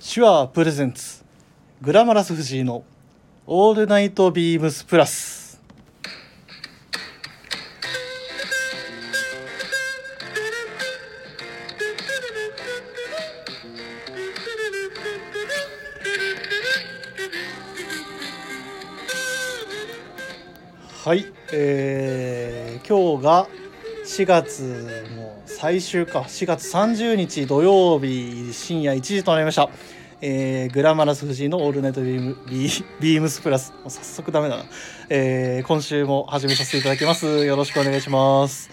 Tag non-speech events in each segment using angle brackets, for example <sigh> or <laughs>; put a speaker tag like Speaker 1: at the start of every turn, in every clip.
Speaker 1: 手話プレゼンツグラマラス藤井のオールナイトビームスプラスはいえー、今日が4月もう最終か4月30日土曜日深夜1時となりました、えーグラマラス藤井の「オールナイトビームビービームスプラス」もう早速ダメだな、えー今週も始めさせていただきますよろしくお願いします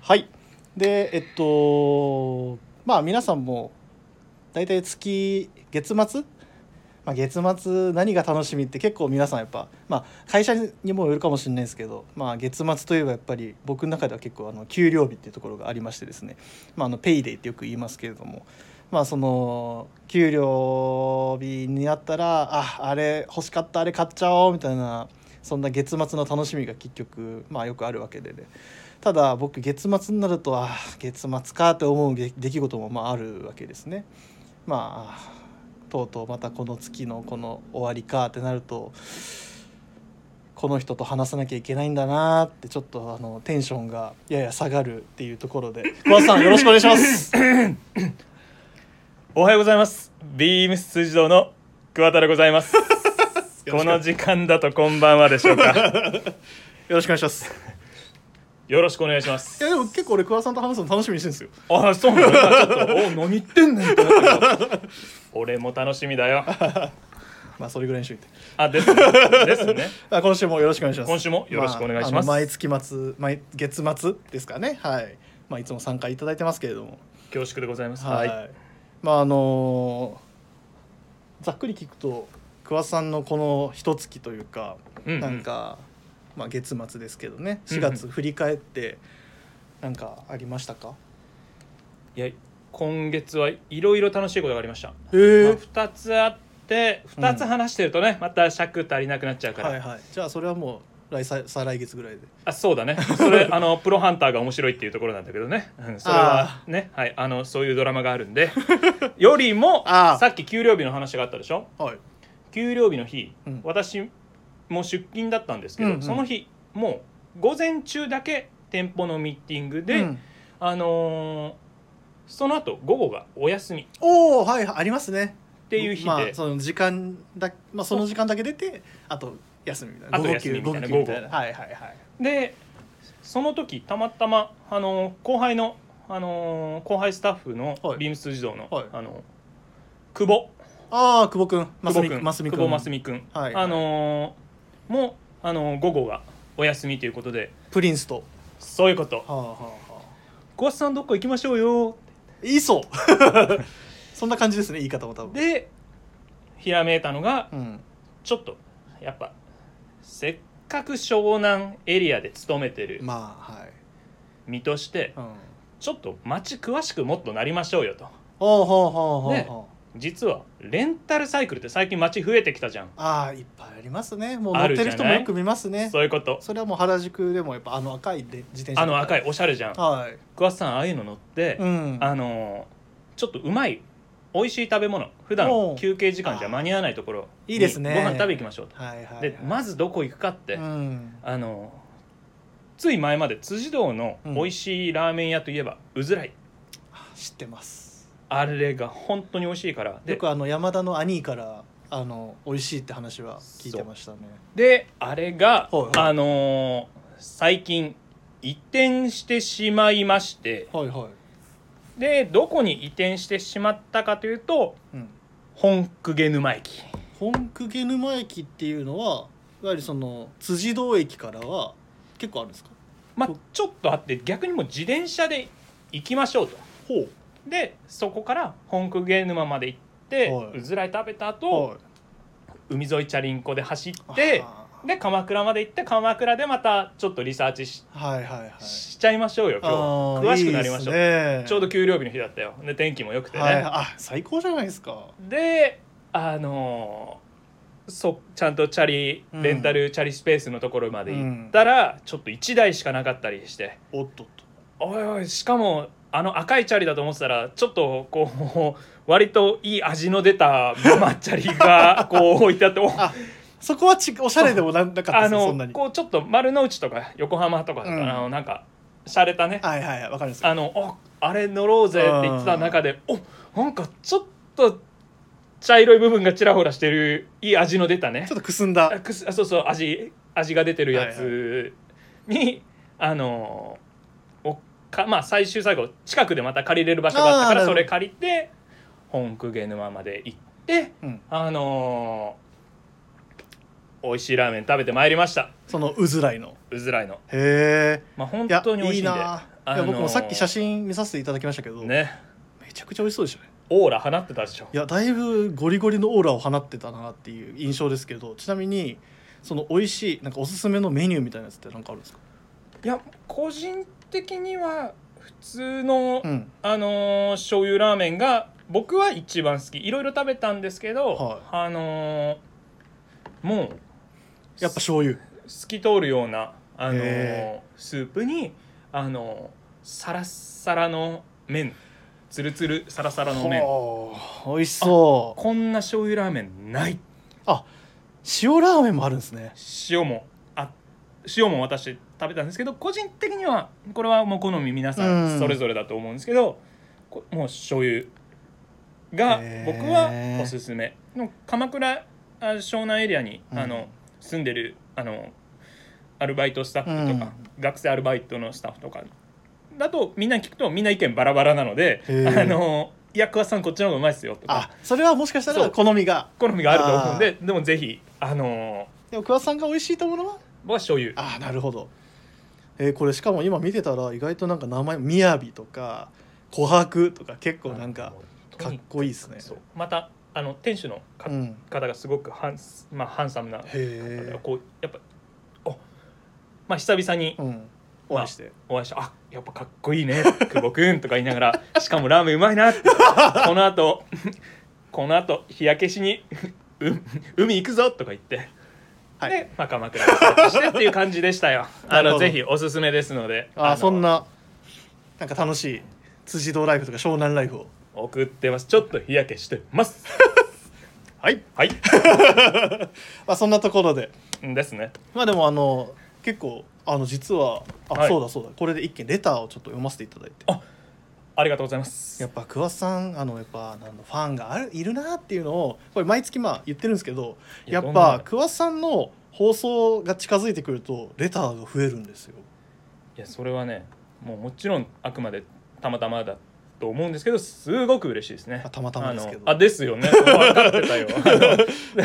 Speaker 1: はいでえっとまあ皆さんも大体月月末まあ、月末何が楽しみって結構皆さんやっぱ、まあ、会社にもよるかもしれないですけど、まあ、月末といえばやっぱり僕の中では結構あの給料日っていうところがありましてですね、まあ、あのペイデイってよく言いますけれども、まあ、その給料日になったらああれ欲しかったあれ買っちゃおうみたいなそんな月末の楽しみが結局、まあ、よくあるわけでね。ただ僕月末になるとあ月末かって思う出来事もまああるわけですね。まあとうとうまたこの月のこの終わりかってなるとこの人と話さなきゃいけないんだなってちょっとあのテンションがやや下がるっていうところ
Speaker 2: <laughs>
Speaker 1: で小林さんよろしくお願いします
Speaker 2: おはようございます。ビームス辻堂の桑田でございます。この時間だとこんばんはでしょう <laughs> か。
Speaker 1: よろしくお願いします
Speaker 2: よろしくお願いします
Speaker 1: い。やでも結構俺桑さんと話すの楽しみにしてるんですよ
Speaker 2: あ、そうなんだ。ちょっと、お、何言ってんねんってなったけど。俺も楽しみだよ。
Speaker 1: まあそれぐらいにしといて
Speaker 2: あ、ですね。ですね。
Speaker 1: あ今週もよろしくお願いします
Speaker 2: 今週もよろしくお願いします
Speaker 1: ああの毎月末毎月末ですかねはいまあいつも参加いただいてますけれども
Speaker 2: 恐縮でございます。
Speaker 1: は、
Speaker 2: はいい。
Speaker 1: まああのーざっくり聞くと桑田さんのこの一月というか、
Speaker 2: うんうん
Speaker 1: なんか、まあ、月末ですけどね
Speaker 2: うんう
Speaker 1: 4
Speaker 2: ん
Speaker 1: 月振り返ってなんかありましたか、
Speaker 2: いや、今月はいろいろ楽しいことがありました。
Speaker 1: ええ
Speaker 2: まあ二つあって、二つ話してるとね、また尺足りなくなっちゃうから。
Speaker 1: はいはいじゃあそれはもう来再再来月ぐらいで
Speaker 2: あそうだねそれ <laughs> あのプロハンターが面白いっていうところなんだけどね、うんそれはねはいあのそういうドラマがある
Speaker 1: <laughs>
Speaker 2: んでよりも
Speaker 1: あー
Speaker 2: さっき給料日の話があったでしょ
Speaker 1: はい
Speaker 2: 給料日の日、
Speaker 1: うん
Speaker 2: 私もう出勤だったんですけど、
Speaker 1: うんうん
Speaker 2: その日もう午前中だけ店舗のミーティングで、
Speaker 1: うん
Speaker 2: あのーその後午後がお休みっ
Speaker 1: おおはいはいありますねって
Speaker 2: いう日で、
Speaker 1: まあ、その時間だまあその時間だけ出てあと休みみたいな
Speaker 2: あと休みみたいな
Speaker 1: 午後休みみたいなはいはいはい
Speaker 2: でその時たまたまあの後輩のあの後輩スタッフの
Speaker 1: はい
Speaker 2: ビームス児童の、
Speaker 1: はい
Speaker 2: あの久保
Speaker 1: ああ久保君
Speaker 2: 久保君
Speaker 1: 真澄
Speaker 2: 久
Speaker 1: 君
Speaker 2: 保真澄君、
Speaker 1: はい
Speaker 2: あのーもうあのー午後がお休みということで
Speaker 1: プリンスと
Speaker 2: そういうこと
Speaker 1: はあはあはあ
Speaker 2: 「小橋さんどっか行きましょうよ
Speaker 1: いいそう <laughs> そんな感じですね言い方も多」分
Speaker 2: でひらめいたのが
Speaker 1: うん
Speaker 2: ちょっとやっぱせっかく湘南エリアで勤めてる
Speaker 1: まあはい、
Speaker 2: 身として
Speaker 1: うん、
Speaker 2: ちょっと街詳しくもっとなりましょうよと
Speaker 1: おうほうほうほう
Speaker 2: ね
Speaker 1: ほう
Speaker 2: 実はレンタルサイクルって最近街増えてきたじゃん
Speaker 1: ああいっぱいありますねもう乗
Speaker 2: あ
Speaker 1: っ
Speaker 2: るじ
Speaker 1: て
Speaker 2: ゃ
Speaker 1: る
Speaker 2: ない
Speaker 1: 人もよく見ますね
Speaker 2: そういうこと
Speaker 1: それはもう原宿でもやっぱあの赤いで自転車
Speaker 2: あの赤
Speaker 1: い
Speaker 2: いおしゃれじゃん
Speaker 1: はい
Speaker 2: 桑田さんああいうの乗って、
Speaker 1: うん
Speaker 2: あのーちょっとうまい美味しい食べ物普段
Speaker 1: おう
Speaker 2: 休憩時間じゃ間に合わないところ
Speaker 1: いいですね
Speaker 2: にご飯食べ行きましょうと、
Speaker 1: はいはい、はい、
Speaker 2: でまずどこ行くかって、
Speaker 1: うん
Speaker 2: あのーつい前まで辻堂の美味しいラーメン屋といえばうずらい、
Speaker 1: 知ってます
Speaker 2: あれが本当に美味しいから
Speaker 1: よ
Speaker 2: で
Speaker 1: くあの山田の兄からあの美味しいって話は聞いてましたね
Speaker 2: であれが、
Speaker 1: はいはい
Speaker 2: あのー最近移転してしまいまして
Speaker 1: はいはい
Speaker 2: でどこに移転してしまったかというと
Speaker 1: うん
Speaker 2: 本公家沼駅
Speaker 1: 本公家沼駅っていうのはいわゆるその辻堂駅からは結構あるんですか
Speaker 2: まあ
Speaker 1: ほ
Speaker 2: ちょっとあって逆にもう自転車で行きましょうと
Speaker 1: ほう
Speaker 2: でそこから本公家沼まで行って、
Speaker 1: はいう
Speaker 2: ずらい食べた後、
Speaker 1: は
Speaker 2: 海沿いチャリンコで走っ
Speaker 1: い
Speaker 2: て
Speaker 1: あー
Speaker 2: で鎌倉まで行って鎌倉でまたちょっとリサーチし,、
Speaker 1: はいはいはい
Speaker 2: ちゃいましょうよ今日
Speaker 1: あー
Speaker 2: 詳しくなりましょう
Speaker 1: いいですね
Speaker 2: ちょうど給料日の日だったよで天気も良くてね、
Speaker 1: はいあ最高じゃないですか
Speaker 2: であのーそちゃんとチャリ
Speaker 1: うん
Speaker 2: レンタルチャリスペースのところまで行ったら、ちょっと1台しかなかったりして
Speaker 1: おっとっと
Speaker 2: おいおいしかもあの赤いチャリだと思ってたらちょっとこう <laughs> 割といい味の出たママチャリ
Speaker 1: <laughs>
Speaker 2: がこう置いてあってお
Speaker 1: あそこはちおしゃれでもなんなかった
Speaker 2: あ
Speaker 1: ですよそ
Speaker 2: の
Speaker 1: んなには
Speaker 2: こうちょっと丸の内とか横浜とかだっ
Speaker 1: う
Speaker 2: たら、
Speaker 1: ん
Speaker 2: あのなんか洒落たね
Speaker 1: いはいはいわかるんですよ
Speaker 2: あのおあれ乗ろうぜって言ってた中でおなんかちょっと茶色い部分がちらほらしてるいい味の出たね
Speaker 1: ちょっとくすんだ
Speaker 2: あくすあそうそう味味が出てるやつに、あのおかまあ最終最後近くでまた借りれる場所があった
Speaker 1: あー
Speaker 2: から
Speaker 1: なるほ
Speaker 2: そ
Speaker 1: ど
Speaker 2: れ借りて本公家沼まで行って
Speaker 1: うん
Speaker 2: あのー美味しいラーメン食べてまいりました
Speaker 1: そのうずらいの
Speaker 2: うずらいの
Speaker 1: へえ
Speaker 2: まあ本
Speaker 1: いや
Speaker 2: 当に美味し
Speaker 1: い
Speaker 2: い
Speaker 1: い
Speaker 2: んで
Speaker 1: ない
Speaker 2: あ
Speaker 1: や
Speaker 2: のー
Speaker 1: 僕もさっき写真見させていただきましたけどめ
Speaker 2: ね
Speaker 1: ちゃくちゃ美味しそうでしたね
Speaker 2: オーラ放ってたでしょ
Speaker 1: いやだいぶゴリゴリのオーラを放ってたなっていう印象ですけどちなみにその美味しいなんかおすすめのメニューみたいなやつってなんかあるんですか
Speaker 2: いや個人的には普通の、
Speaker 1: うん
Speaker 2: あのー醤油ラーメンが僕は一番好きいろいろ食べたんですけど、
Speaker 1: はい
Speaker 2: あのーもう
Speaker 1: やっぱ醤油
Speaker 2: 透き通るような、あのー
Speaker 1: へ
Speaker 2: スープに、あのーサラッサラの麺ツルツルサラサラの麺
Speaker 1: ほう美味しそう
Speaker 2: こんな醤油ラーメンない
Speaker 1: 塩ラーメンもあるんですね
Speaker 2: 塩もあ塩も私食べたんですけど個人的にはこれはもう好み皆さ
Speaker 1: うん
Speaker 2: んそれぞれだと思うんですけど、こもう醤油が
Speaker 1: へー
Speaker 2: 僕はおすすめでも鎌倉あ湘南エリアに、
Speaker 1: うん
Speaker 2: あの住んでるあのアルバイトスタッフとか、学生アルバイトのスタッフとかだとみんなに聞くとみんな意見バラバラなので「
Speaker 1: へー
Speaker 2: あのいや桑田さんこっちの方がうまいですよ」と
Speaker 1: あ
Speaker 2: か
Speaker 1: それはもしかした
Speaker 2: そ
Speaker 1: ら
Speaker 2: う
Speaker 1: 好みが
Speaker 2: 好みがあると思うんででもぜひあの
Speaker 1: でも桑田さんが美味しいと思うのは
Speaker 2: 僕は醤油
Speaker 1: あなるほど、えーこれしかも今見てたら意外となんか名前「みやび」とか「琥珀」とか結構なんかかっこいいですね
Speaker 2: そうまたあの店主のか
Speaker 1: うん
Speaker 2: 方がすごくハン,、まあ、ハンサムな方
Speaker 1: へ
Speaker 2: で
Speaker 1: え、
Speaker 2: こうやっぱおまあ久々に
Speaker 1: うん、お会いして、
Speaker 2: お会いして「あやっぱかっこいいね久保くん」とか言い
Speaker 1: <laughs>
Speaker 2: ながらしかもラーメンうまいなってこのあとこのあと日焼けしにう海行くぞとか言って。
Speaker 1: はい
Speaker 2: で、まあ、鎌倉に帰ってしてっていう感じでしたよ
Speaker 1: <laughs>
Speaker 2: あ
Speaker 1: なるほど
Speaker 2: のぜひおすすめですので
Speaker 1: あ
Speaker 2: の
Speaker 1: そんななんか楽しい辻堂ライフとか湘南ライフを
Speaker 2: 送ってますちょっと日焼けしてます
Speaker 1: <laughs> はい、
Speaker 2: はい
Speaker 1: まあ、そんなところで
Speaker 2: ですね
Speaker 1: まあでもあの結構あの実はあ、
Speaker 2: はい
Speaker 1: そうだそうだこれで一件レターをちょっと読ませていただいて
Speaker 2: ありがとうございます
Speaker 1: やっぱ桑田さんあのやっぱなんだファンがあるいるなっていうのをこれ毎月まあ言ってるんですけど
Speaker 2: い
Speaker 1: や
Speaker 2: や
Speaker 1: っ
Speaker 2: どうな
Speaker 1: ぱ
Speaker 2: る
Speaker 1: 桑田さんの放送が近づいてくるとレターが増えるんですよ
Speaker 2: いやそれはねもうもちろんあくまでたまたまだと思うんですけどすごく嬉しいですね
Speaker 1: あたまたまですけど
Speaker 2: あのあですよね分かってたよあ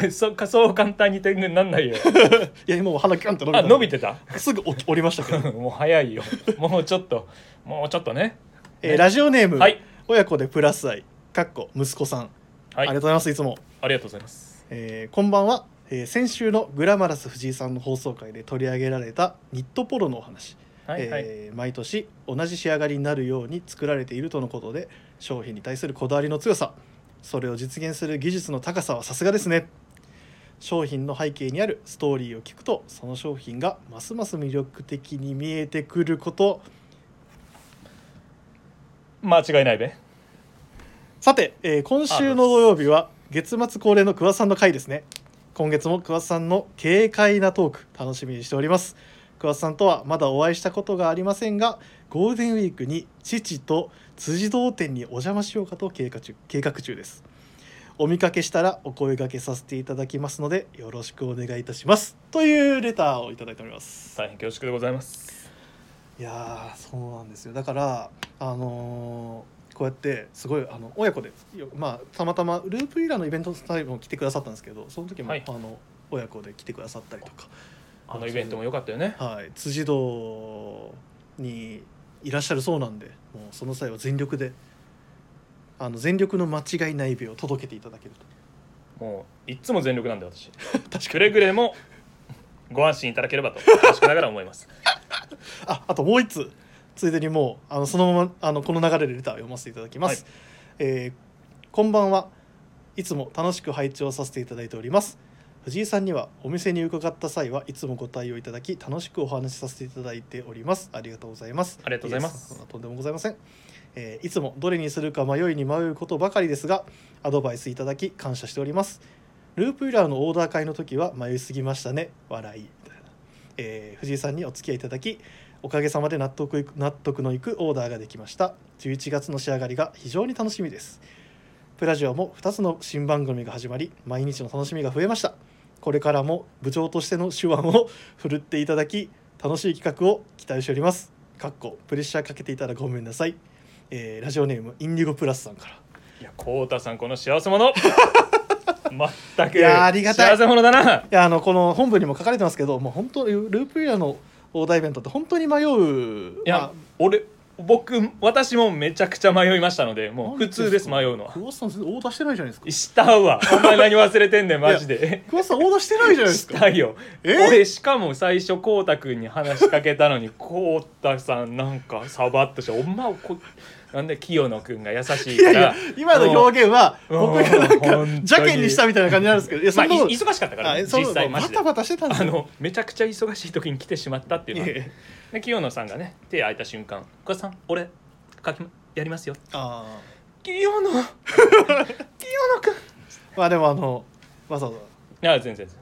Speaker 2: の <laughs> そかそう簡単に点になんないよ
Speaker 1: いや今もう鼻キュンって伸び
Speaker 2: あ
Speaker 1: た
Speaker 2: 伸びてた <laughs>
Speaker 1: すぐお折りましたけど、
Speaker 2: もう早いよもうちょっともうちょっとね
Speaker 1: えーラジオネーム、
Speaker 2: はい
Speaker 1: 親子でプラス愛かっこ息子さん、あ
Speaker 2: は
Speaker 1: りが
Speaker 2: い
Speaker 1: とうございますいつも
Speaker 2: ありがとうございます
Speaker 1: えーこんばんは、えー先週のグラマラス藤井さんの放送回で取り上げられたニットポロのお話、
Speaker 2: はいはい、
Speaker 1: えー毎年同じ仕上がりになるように作られているとのことで商品に対するこだわりの強さそれを実現する技術の高さはさすがですね商品の背景にあるストーリーを聞くとその商品がますます魅力的に見えてくること
Speaker 2: 間違いないべ
Speaker 1: さて、えー今週の土曜日は月末恒例の桑田さんの回ですね今月も桑田さんの軽快なトーク楽しみにしております桑田さんとはまだお会いしたことがありませんがゴールデンウィークに父と辻堂店にお邪魔しようかと計画中計画中ですお見かけしたらお声掛けさせていただきますのでよろしくお願いいたしますというレターをいただいております
Speaker 2: 大変恐縮でございます
Speaker 1: いやーそうなんですよだからあのーこうやってすごいあの親子でよまあたまたまループイラーのイベントタイムも来てくださったんですけどその時も、
Speaker 2: はい
Speaker 1: あの親子で来てくださったりと
Speaker 2: あのイベントも良かったよね
Speaker 1: か、はい、辻堂にいらっしゃるそうなんでもうその際は全力であの全力の間違いない美を届けていただける
Speaker 2: もういっつも全力なんで私
Speaker 1: と確
Speaker 2: くれぐれもご安心いただければと恐縮ながら思います
Speaker 1: ああともう一つついでにもうあのそのままあのこの流れでレターを読ませていただきます、えーこんばんはいつも楽しく拝聴させていただいております藤井さんにはお店に伺った際はいつもご対応いただき楽しくお話しさせていただいておりますありがとうございます
Speaker 2: ありがとうございます
Speaker 1: えーそんなとんでもございませんえーいつもどれにするか迷いに迷うことばかりですがアドバイスいただき感謝しておりますループイラーのオーダー会の時は迷いすぎましたね笑いみたいな、えー藤井さんにお付き合いいただきおかげさまで納得いく納得のいくオーダーができました11月の仕上がりが非常に楽しみですプラジオも2つの新番組が始まり毎日の楽しみが増えましたこれからも部長としての手腕を振るっていただき楽しい企画を期待しておりますかっこプレッシャーかけていたらごめんなさい、えーラジオネームインディゴプラスさんから
Speaker 2: いやこうたさんこの幸せ
Speaker 1: <laughs>
Speaker 2: 者全く
Speaker 1: いやありがたい
Speaker 2: 幸せ者だない
Speaker 1: やあのこの本文にも書かれてますけどもう本当ループイラーのオーダーイベントって本当に迷う
Speaker 2: いや、
Speaker 1: まあ
Speaker 2: 俺僕私もめちゃくちゃ迷いましたのでもう普通です
Speaker 1: なん
Speaker 2: 迷うのは
Speaker 1: 久保田さん全然オーダーしてないじゃないですか
Speaker 2: したわお前何忘れて
Speaker 1: <laughs>
Speaker 2: んねんマジで
Speaker 1: 久保田さんオーダーしてないじゃないです
Speaker 2: し
Speaker 1: か
Speaker 2: たよ
Speaker 1: え
Speaker 2: 俺しかも最初こうたくんに話しかけたのにこうたさんなんかサバッとしてお前こなんで清野くんが優しい
Speaker 1: い
Speaker 2: か
Speaker 1: や
Speaker 2: ら
Speaker 1: いや今の表現は
Speaker 2: うん
Speaker 1: 僕がなんか
Speaker 2: うん
Speaker 1: 邪険にしたみたいな感じなんですけどいやそ
Speaker 2: まあ
Speaker 1: ん
Speaker 2: い
Speaker 1: なこと
Speaker 2: 忙しかったから
Speaker 1: あ
Speaker 2: ね
Speaker 1: そ
Speaker 2: 実際
Speaker 1: う
Speaker 2: マ
Speaker 1: バ
Speaker 2: ジで
Speaker 1: タバタしてたんです
Speaker 2: あ
Speaker 1: よ
Speaker 2: のめちゃくちゃ忙しい時に来てしまったっていうの
Speaker 1: いえい
Speaker 2: は
Speaker 1: え
Speaker 2: で清野さんがね手空いた瞬間「お母さん俺書きまやりますよ
Speaker 1: あ」
Speaker 2: 清野清野くんい
Speaker 1: ーまあでもあのわざわざ
Speaker 2: や全然全然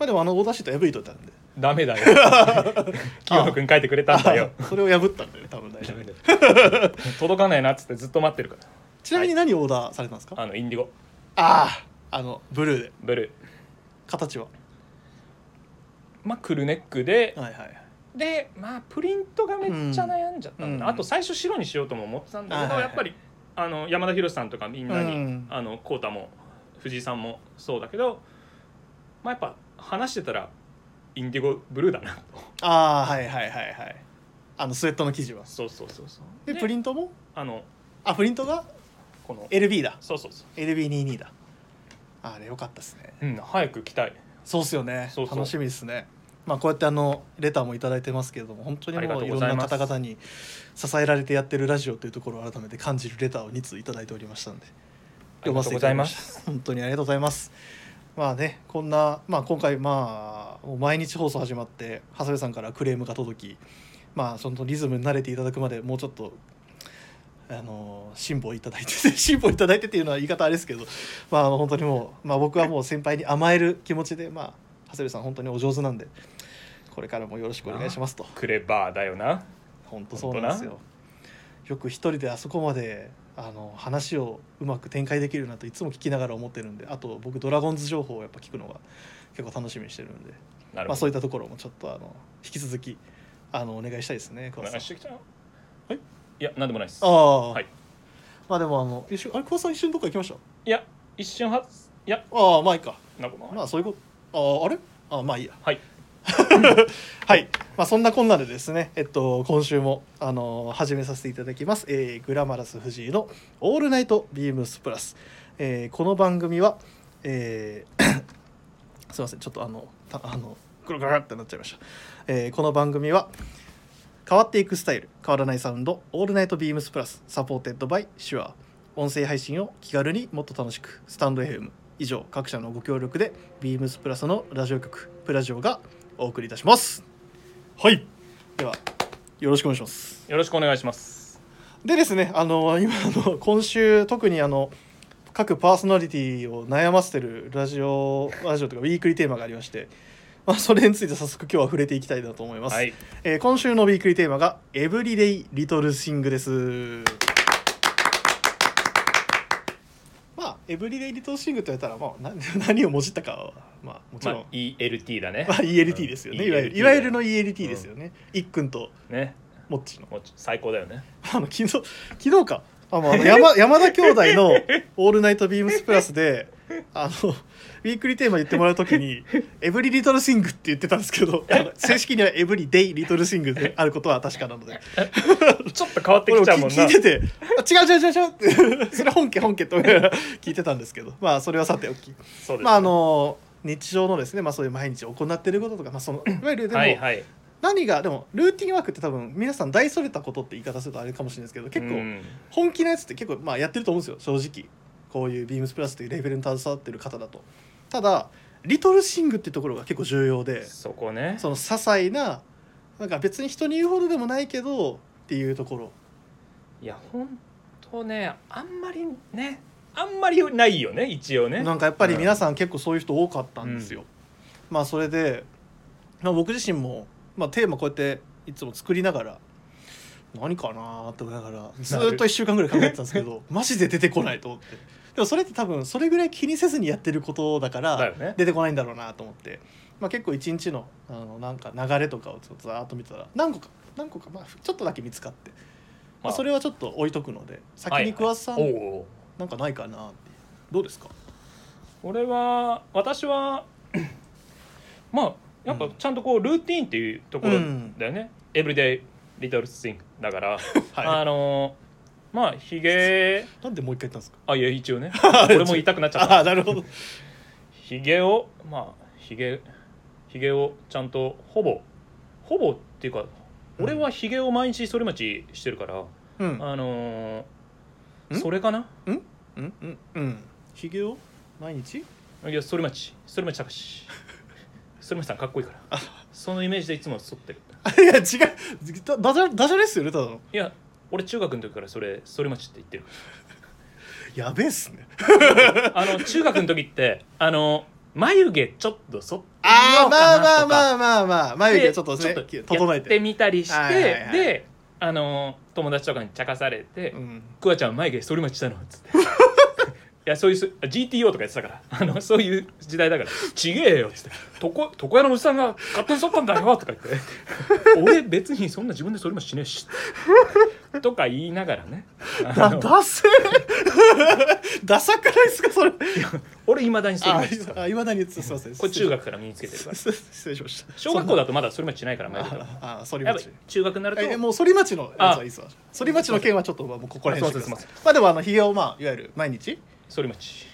Speaker 1: まあでもあのオーダーシート破いといたんで
Speaker 2: ダメだよ <laughs> 清野くん書いてくれたんだよ
Speaker 1: あ <laughs> それを破ったんで多分大丈
Speaker 2: ダメ
Speaker 1: 夫
Speaker 2: だよ <laughs> 届かないなっつってずっと待ってるか
Speaker 1: ちなみに何オーダーされたんですか、
Speaker 2: らあのインディゴ
Speaker 1: あああのブルーで
Speaker 2: ブルー
Speaker 1: 形は
Speaker 2: まあ、クルネックで、
Speaker 1: はいはい
Speaker 2: でまあプリントがめっちゃ悩んじゃったんだ、
Speaker 1: うん
Speaker 2: あと最初白にしようとも思ってたんだけ
Speaker 1: は
Speaker 2: ど、
Speaker 1: いはいはい
Speaker 2: やっぱりあの山田博さんとかみんなに、
Speaker 1: うん
Speaker 2: あのコウタも藤井さんもそうだけど、まあ、やっぱ話してたらインディゴブルーだなと
Speaker 1: ああはいはいはいはいあのスウェットの生地は
Speaker 2: そうそうそうそう
Speaker 1: でプリ
Speaker 2: ン
Speaker 1: ントも
Speaker 2: あの
Speaker 1: あプリントが
Speaker 2: この
Speaker 1: LB だ
Speaker 2: そうそうそう
Speaker 1: LB22 だあれよかったですね
Speaker 2: うん早く来たい
Speaker 1: そうっすよね
Speaker 2: そうそう
Speaker 1: 楽しみですねまあこうやってあのレターもいただいてますけれども本当に
Speaker 2: ありが
Speaker 1: も
Speaker 2: と
Speaker 1: う
Speaker 2: う
Speaker 1: い
Speaker 2: ご
Speaker 1: ろん
Speaker 2: ざい
Speaker 1: な
Speaker 2: ます
Speaker 1: 方々に支えられてやってるラジオというところを改めて感じるレターを2通いただいておりましたので
Speaker 2: あ
Speaker 1: 読
Speaker 2: りが
Speaker 1: ま
Speaker 2: と
Speaker 1: せ
Speaker 2: う
Speaker 1: ていただ
Speaker 2: ござい
Speaker 1: き
Speaker 2: ま
Speaker 1: まし
Speaker 2: す
Speaker 1: た本当にありがとうございますまあねこんな、まあ、今回まあもう毎日放送始まって長谷部さんからクレームが届きまあそのリズムに慣れていただくまでもうちょっとあの辛抱いただいて <laughs> 辛抱いただいてっていうのは言い方あれですけどまあ本当にもう、まあ、僕はもう先輩に甘える気持ちでまあ長谷部さん本当にお上手なんでこれからもよろしくお願いしますと
Speaker 2: クレバーだよな
Speaker 1: 本当そうなんですよ
Speaker 2: 本
Speaker 1: よく一人であそこまであの話をうまく展開できるなといつも聞きながら思ってるんであと僕ドラゴンズ情報をやっぱ聞くのが結構楽しみにしてるんで
Speaker 2: なる
Speaker 1: まあ、
Speaker 2: ほ
Speaker 1: そ
Speaker 2: ど、
Speaker 1: ういったところもちょっとあの引き続きあのお願いしたいですね
Speaker 2: お
Speaker 1: 桑田
Speaker 2: 願
Speaker 1: さ
Speaker 2: い
Speaker 1: ん
Speaker 2: してきたよ
Speaker 1: はい
Speaker 2: いやなんでもないです
Speaker 1: ああ、
Speaker 2: はい
Speaker 1: まあでもあの一瞬あれ桑田さん一瞬どっか行きました
Speaker 2: いや一瞬はずいや
Speaker 1: ああまあいいか
Speaker 2: なんかまあ
Speaker 1: まあそういうことあああれああまあいいや
Speaker 2: はい
Speaker 1: はい、まあ、そんなこんなでですね、えっと、今週も、あの始めさせていただきます、えーグラマラス藤井の「オールナイトビームスプラス」えーこの番組は、えー <coughs> すいませんちょっとあのたあのグラグラってなっちゃいました、えーこの番組は変わっていくスタイル変わらないサウンド「オールナイトビームスプラス」サポーテッドバイシュア音声配信を気軽にもっと楽しくスタンド FM 以上各社のご協力でビームスプラスのラジオ局プラジオがお送りいたしますはいではよろしくお願いします
Speaker 2: よろしくお願いします。
Speaker 1: でですねあの今あの今週特にあの各パーソナリティを悩ませてるラジオラジオというかウィークリーテーマがありまして、まあ、それについて早速今日は触れていきたいなと思います、
Speaker 2: はい、
Speaker 1: えー今週のウィークリーテーマが「エブリデイ・リトル・シング」ですまあエブリデイ・リトル・シングと言ったら、まあ、な <laughs> 何をもじったかは、まあ、もち
Speaker 2: ま
Speaker 1: ろん、
Speaker 2: あ、ELT だね。
Speaker 1: まあ ELT ですよね、
Speaker 2: うん
Speaker 1: いわゆ
Speaker 2: ELT
Speaker 1: るいわゆるの ELT ですよね、いっくんと
Speaker 2: ね、
Speaker 1: もっちの
Speaker 2: もうち最高だよね。
Speaker 1: <laughs> あの昨日昨日かあ
Speaker 2: <laughs>
Speaker 1: のあの山山田兄弟の「オールナイトビームスプラスで」あのウィークリーテーマ言ってもらう時
Speaker 2: <laughs>
Speaker 1: に「エブリリトルシング」って言ってたんですけどあの正式には「エブリデイリトルシング」であることは確かなので
Speaker 2: ちょっと変わって
Speaker 1: 俺
Speaker 2: き
Speaker 1: も
Speaker 2: ちゃう
Speaker 1: 聞
Speaker 2: もん
Speaker 1: 聞。
Speaker 2: ない
Speaker 1: てて「あ違う違う違う違う」ってそれ本家本家と思いながら <laughs> 聞いてたんですけどまあそれはさておき
Speaker 2: そうです、ね。
Speaker 1: まああの日常のですね、まあ、そういう毎日行ってることとか、まあ、そのいわゆるでも、
Speaker 2: はいはい。
Speaker 1: 何がでもルーティンワークって多分皆さん大それたことって言い方するとあれかもしれないですけど結構、
Speaker 2: うん
Speaker 1: 本気のやつって結構まあやってると思うんですよ正直こういうビームスプラスというレベルに携わってる方だとただリトルシングっていうところが結構重要で
Speaker 2: そこね。
Speaker 1: その些細ななんか別に人に言うほどでもないけどっていうところ
Speaker 2: いや本とねあんまりねあんまりないよね一応ね
Speaker 1: なんかやっぱり
Speaker 2: うん
Speaker 1: 皆さん結構そういう人多かったんですよ、まあそれで、まあ、僕自身も、まあ、テーマこうやっていつも作りながら何かなーって思いながらずーっと1週間ぐらい考えてたんですけ <laughs> どマジで出てこないと思ってでもそれって多分それぐらい気にせずにやってることだか
Speaker 2: だ
Speaker 1: ら
Speaker 2: よね
Speaker 1: 出てこないんだろうなと思って、まあ、結構一日のあのなんか流れとかをちょっとざーっと見てたら何個か何個か、まあ、ちょっとだけ見つかって、まあ、それはちょっと置いとくので先に桑田さん、
Speaker 2: はいはいおうおう
Speaker 1: なんかないかなってどうですか
Speaker 2: 俺は私は <clears throat> まあやっぱちゃんとこうルーティーンっていうところだよね、エブリデイリトルスイング
Speaker 1: <laughs>
Speaker 2: だから、あのまあひげ
Speaker 1: なんでもう一回言ったんですか
Speaker 2: あいや
Speaker 1: <laughs>
Speaker 2: 一応ね俺も言いたくなっちゃった
Speaker 1: あなるほど
Speaker 2: ひげをまあひげひげをちゃんとほぼほぼっていうか
Speaker 1: うん
Speaker 2: 俺はひげを毎日剃り待ちしてるから、
Speaker 1: うん
Speaker 2: あの
Speaker 1: ん
Speaker 2: ーそれかな
Speaker 1: うんうんうんひげを毎日 <laughs>
Speaker 2: いや剃り待ち剃り待ち高し剃り待ちさんかっこいいからそのイメージでいつも剃ってる
Speaker 1: あいや違うだダジャダジャレっすよねただの
Speaker 2: いや俺中学の時からそれ剃り待ちって言ってる
Speaker 1: やべえっすね
Speaker 2: あの中学の時ってあの眉毛ちょっと剃ってみ
Speaker 1: あ
Speaker 2: よ
Speaker 1: ー
Speaker 2: う
Speaker 1: まあ
Speaker 2: か
Speaker 1: まあ
Speaker 2: なとか
Speaker 1: まあまあまあ眉毛
Speaker 2: で
Speaker 1: ちょっとね
Speaker 2: ちょっと
Speaker 1: 整え
Speaker 2: やって
Speaker 1: て
Speaker 2: みたりして、
Speaker 1: はいはいはい
Speaker 2: であの友達とかに茶化されて
Speaker 1: うん
Speaker 2: 「クワちゃん眉毛剃り待ちしたの」っつっていやそういうす GTO とかやってたからあのそういう時代だから「ちげえよ」っつって「床床屋のおじさんが勝手に剃ったんだよ」とか言って「俺別にそんな自分で剃り待ちしねえし」とか言いながらねあ
Speaker 1: だ
Speaker 2: の
Speaker 1: ダセー <laughs> ダサくないですかそれ
Speaker 2: 俺いまだに剃り
Speaker 1: あ
Speaker 2: 待ちした
Speaker 1: あいまだにすすいません
Speaker 2: これ中学から身につけてるから
Speaker 1: す <laughs> 失礼しました
Speaker 2: 小学校だとまだ剃り待ちしないから眉毛とか
Speaker 1: ああ反
Speaker 2: やっぱ
Speaker 1: 町
Speaker 2: 中学になると
Speaker 1: えもう反町のやつはいいっすわ反町の件はちょっとまあもうここら辺にしてくださいまあでもあのひげをまあいわゆる毎日 <laughs>
Speaker 2: 剃り待ち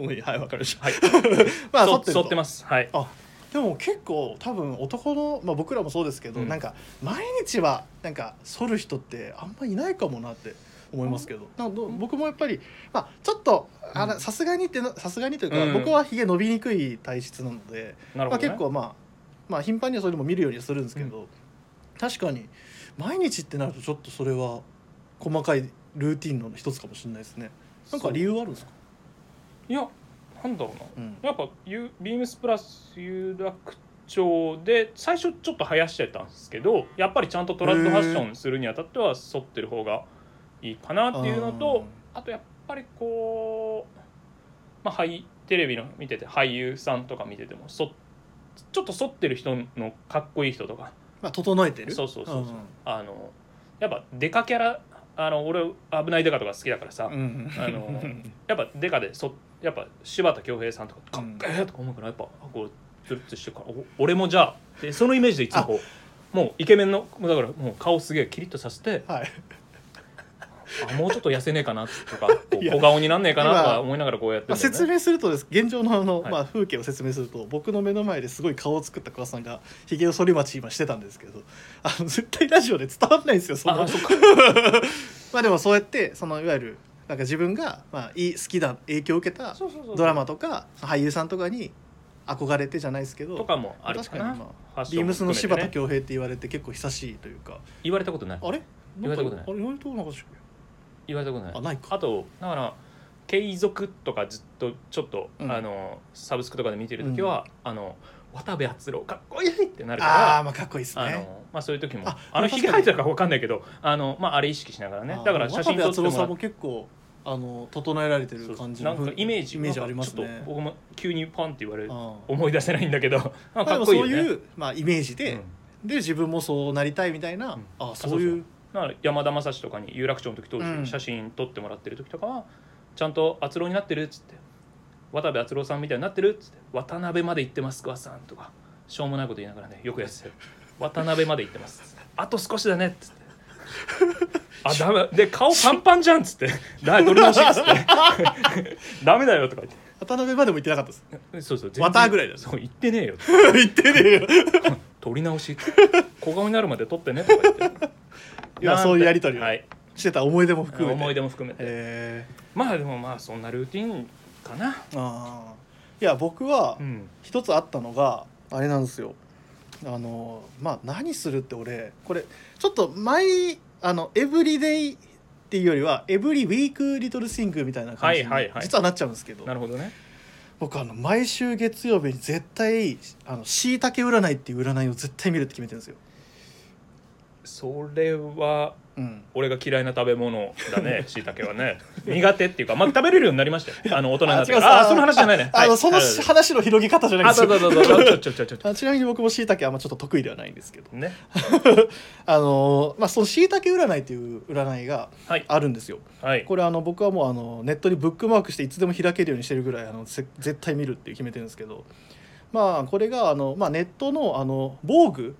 Speaker 1: もういいはいわかりました、 <laughs>
Speaker 2: はい
Speaker 1: まあ
Speaker 2: そ
Speaker 1: 剃
Speaker 2: 剃
Speaker 1: っ
Speaker 2: って
Speaker 1: る
Speaker 2: て
Speaker 1: と
Speaker 2: ますはい
Speaker 1: あでも結構多分男の、まあ、僕らもそうですけど、
Speaker 2: うん
Speaker 1: なんか毎日はなんか剃る人ってあんまいないかもなって思いますけどなんかど僕もやっぱり、まあ、ちょっとあ
Speaker 2: う
Speaker 1: の
Speaker 2: ん
Speaker 1: さすがにってなさすがにというか、
Speaker 2: うん
Speaker 1: 僕はひげ伸びにくい体質なので、
Speaker 2: なる
Speaker 1: ま
Speaker 2: ほど、ね
Speaker 1: あ、結構、まあ、まあ頻繁にはそれでも見るようにはするんですけど、確かに毎日ってなるとちょっとそれは細かいルーティンの一つかもしれないですね。なんか理由あるんですか、
Speaker 2: いやなんだろうな
Speaker 1: うん
Speaker 2: やっぱユビームスプラス有楽町で最初ちょっと生やしてたんですけどやっぱりちゃんとトラッドファッションするにあたっては剃ってる方がいいかなっていうのとあとやっぱりこう、まあ、俳テレビの見てて俳優さんとか見ててもそちょっと剃ってる人のかっこいい人とか
Speaker 1: まあ、整えてる
Speaker 2: そうそうそうそうんあのやっぱデカキャラあの俺危ないデカとか好きだからさ、
Speaker 1: うん
Speaker 2: あのやっぱデカでそやっぱ柴田恭平さんとかかっけえとか思うからやっぱこうツルッとしてるからお俺もじゃあでそのイメージでいつもこうもうイケメンのもうだからもう顔すげえキリッとさせて
Speaker 1: はい
Speaker 2: あもうちょっと痩せねえかなとかこ
Speaker 1: <laughs> いうや
Speaker 2: 小顔になんねえかなと
Speaker 1: 今
Speaker 2: か思いながらこうやって
Speaker 1: まあ、
Speaker 2: るんだよ
Speaker 1: 説
Speaker 2: ね
Speaker 1: 明するとです現状のあの、
Speaker 2: はい
Speaker 1: まあ、風景を説明すると僕の目の前ですごい顔を作った桑田さんがひげを剃り待ち今してたんですけどあの絶対ラジオで伝わらないんですよその
Speaker 2: あそっ
Speaker 1: <laughs> まあでもそうやってそのいわゆるなんか自分が、まあ、いい好きな影響を受けた
Speaker 2: そうそうそう
Speaker 1: ドラマとか俳優さんとかに憧れてじゃないですけど
Speaker 2: とかもある
Speaker 1: 確
Speaker 2: か
Speaker 1: か
Speaker 2: な
Speaker 1: に、ま
Speaker 2: ファッ
Speaker 1: あ、
Speaker 2: シ
Speaker 1: ビ
Speaker 2: ョ
Speaker 1: ー
Speaker 2: ン
Speaker 1: ムスの
Speaker 2: も含めて
Speaker 1: 柴
Speaker 2: ね
Speaker 1: 田恭平って言われて結構久しいというか
Speaker 2: 言われたことない
Speaker 1: あれ
Speaker 2: 言われたことない
Speaker 1: んかあれ言われたことなかったっけ
Speaker 2: 言われたことない
Speaker 1: あないか
Speaker 2: あとだから継続とかずっとちょっと、
Speaker 1: うん
Speaker 2: あのサブスクとかで見てる時は、あの渡部篤郎かっこいいってなるから
Speaker 1: ああーまあかっこいいです
Speaker 2: あ
Speaker 1: ね
Speaker 2: のまあ、そういう時も
Speaker 1: あ
Speaker 2: あの
Speaker 1: 確かに
Speaker 2: ひげ生えてるかわかんないけどあの、まあ、あれ意識しながらねだから写真撮って
Speaker 1: 渡部篤郎さん
Speaker 2: も
Speaker 1: も結構あの整えられて
Speaker 2: ら
Speaker 1: る感じ
Speaker 2: な
Speaker 1: の
Speaker 2: んかイメージ
Speaker 1: イメージあります
Speaker 2: なんかちょっ
Speaker 1: ね
Speaker 2: と僕も急にパンって言われる
Speaker 1: ああ
Speaker 2: 思い出せないんだけど <laughs> なんか
Speaker 1: まあで
Speaker 2: かっ
Speaker 1: も
Speaker 2: こ
Speaker 1: そ
Speaker 2: いいうよね
Speaker 1: いうまあイメージで
Speaker 2: うん
Speaker 1: で自分もそうなりたいみたいな
Speaker 2: うん
Speaker 1: あそういう
Speaker 2: だから山田正史とかに有楽町の時当
Speaker 1: うん
Speaker 2: 時写真撮ってもらってる時とかは、ちゃんと篤郎になってるっつって渡部篤郎さんみたいになってるっつって渡辺まで行ってます桑田さんとかしょうもないこと言いながらねよくやってて渡辺まで行ってますっつってあと少しだねっつって。あダメで顔パンパンじゃんっつって「だ取り直し」っつって <laughs> 「ダメだよ」とか言っ
Speaker 1: 渡辺までも行ってなかったです <laughs>
Speaker 2: てそうそう全然
Speaker 1: 渡ぐらいだよ
Speaker 2: そう言ってねえよ
Speaker 1: 言ってねえよ
Speaker 2: 取り直し小顔になるまで取ってねとか言って
Speaker 1: <laughs> いやそういうやり
Speaker 2: と
Speaker 1: 取りを
Speaker 2: はい、
Speaker 1: してた思い出も含めて
Speaker 2: 思い出も含めて
Speaker 1: え
Speaker 2: まあでもまあそんなルーティンかな。
Speaker 1: ーあーいや僕は
Speaker 2: うん。
Speaker 1: 一つあったのがあれなんですよあのまあ何するって俺これちょっと毎あのエブリデイっていうよりはエブリウィークリトルシングみたいな感じに
Speaker 2: はいはいはい
Speaker 1: 実はなっちゃうんですけど
Speaker 2: なるほどね
Speaker 1: 僕あの毎週月曜日に絶対あのしいたけ占いっていう占いを絶対見るって決めてるんですよ。
Speaker 2: それは
Speaker 1: うん、
Speaker 2: 俺が嫌いな食べ物だね椎茸はね苦手っていうかまあ食べれるようになりましたよあの大人になって
Speaker 1: 違う
Speaker 2: ああその話じゃないね
Speaker 1: ああのその
Speaker 2: はい
Speaker 1: 話の広げ方じゃないん
Speaker 2: あ
Speaker 1: です
Speaker 2: そう
Speaker 1: よ
Speaker 2: そうそうそうちょちょちょちょち
Speaker 1: あちなみに僕もしいたけはまあちょっと得意ではないんですけど
Speaker 2: ょね
Speaker 1: あのまあそのしいたけ占いっていう占いが
Speaker 2: はい
Speaker 1: あるんですよ。
Speaker 2: はい
Speaker 1: これあの僕はもうあのネットにブックマークしていつでも開けるようにしてるぐらいあのぜ絶対見るっていう決めてるんですけどまあこれがあの、まあ、ネットのあの防具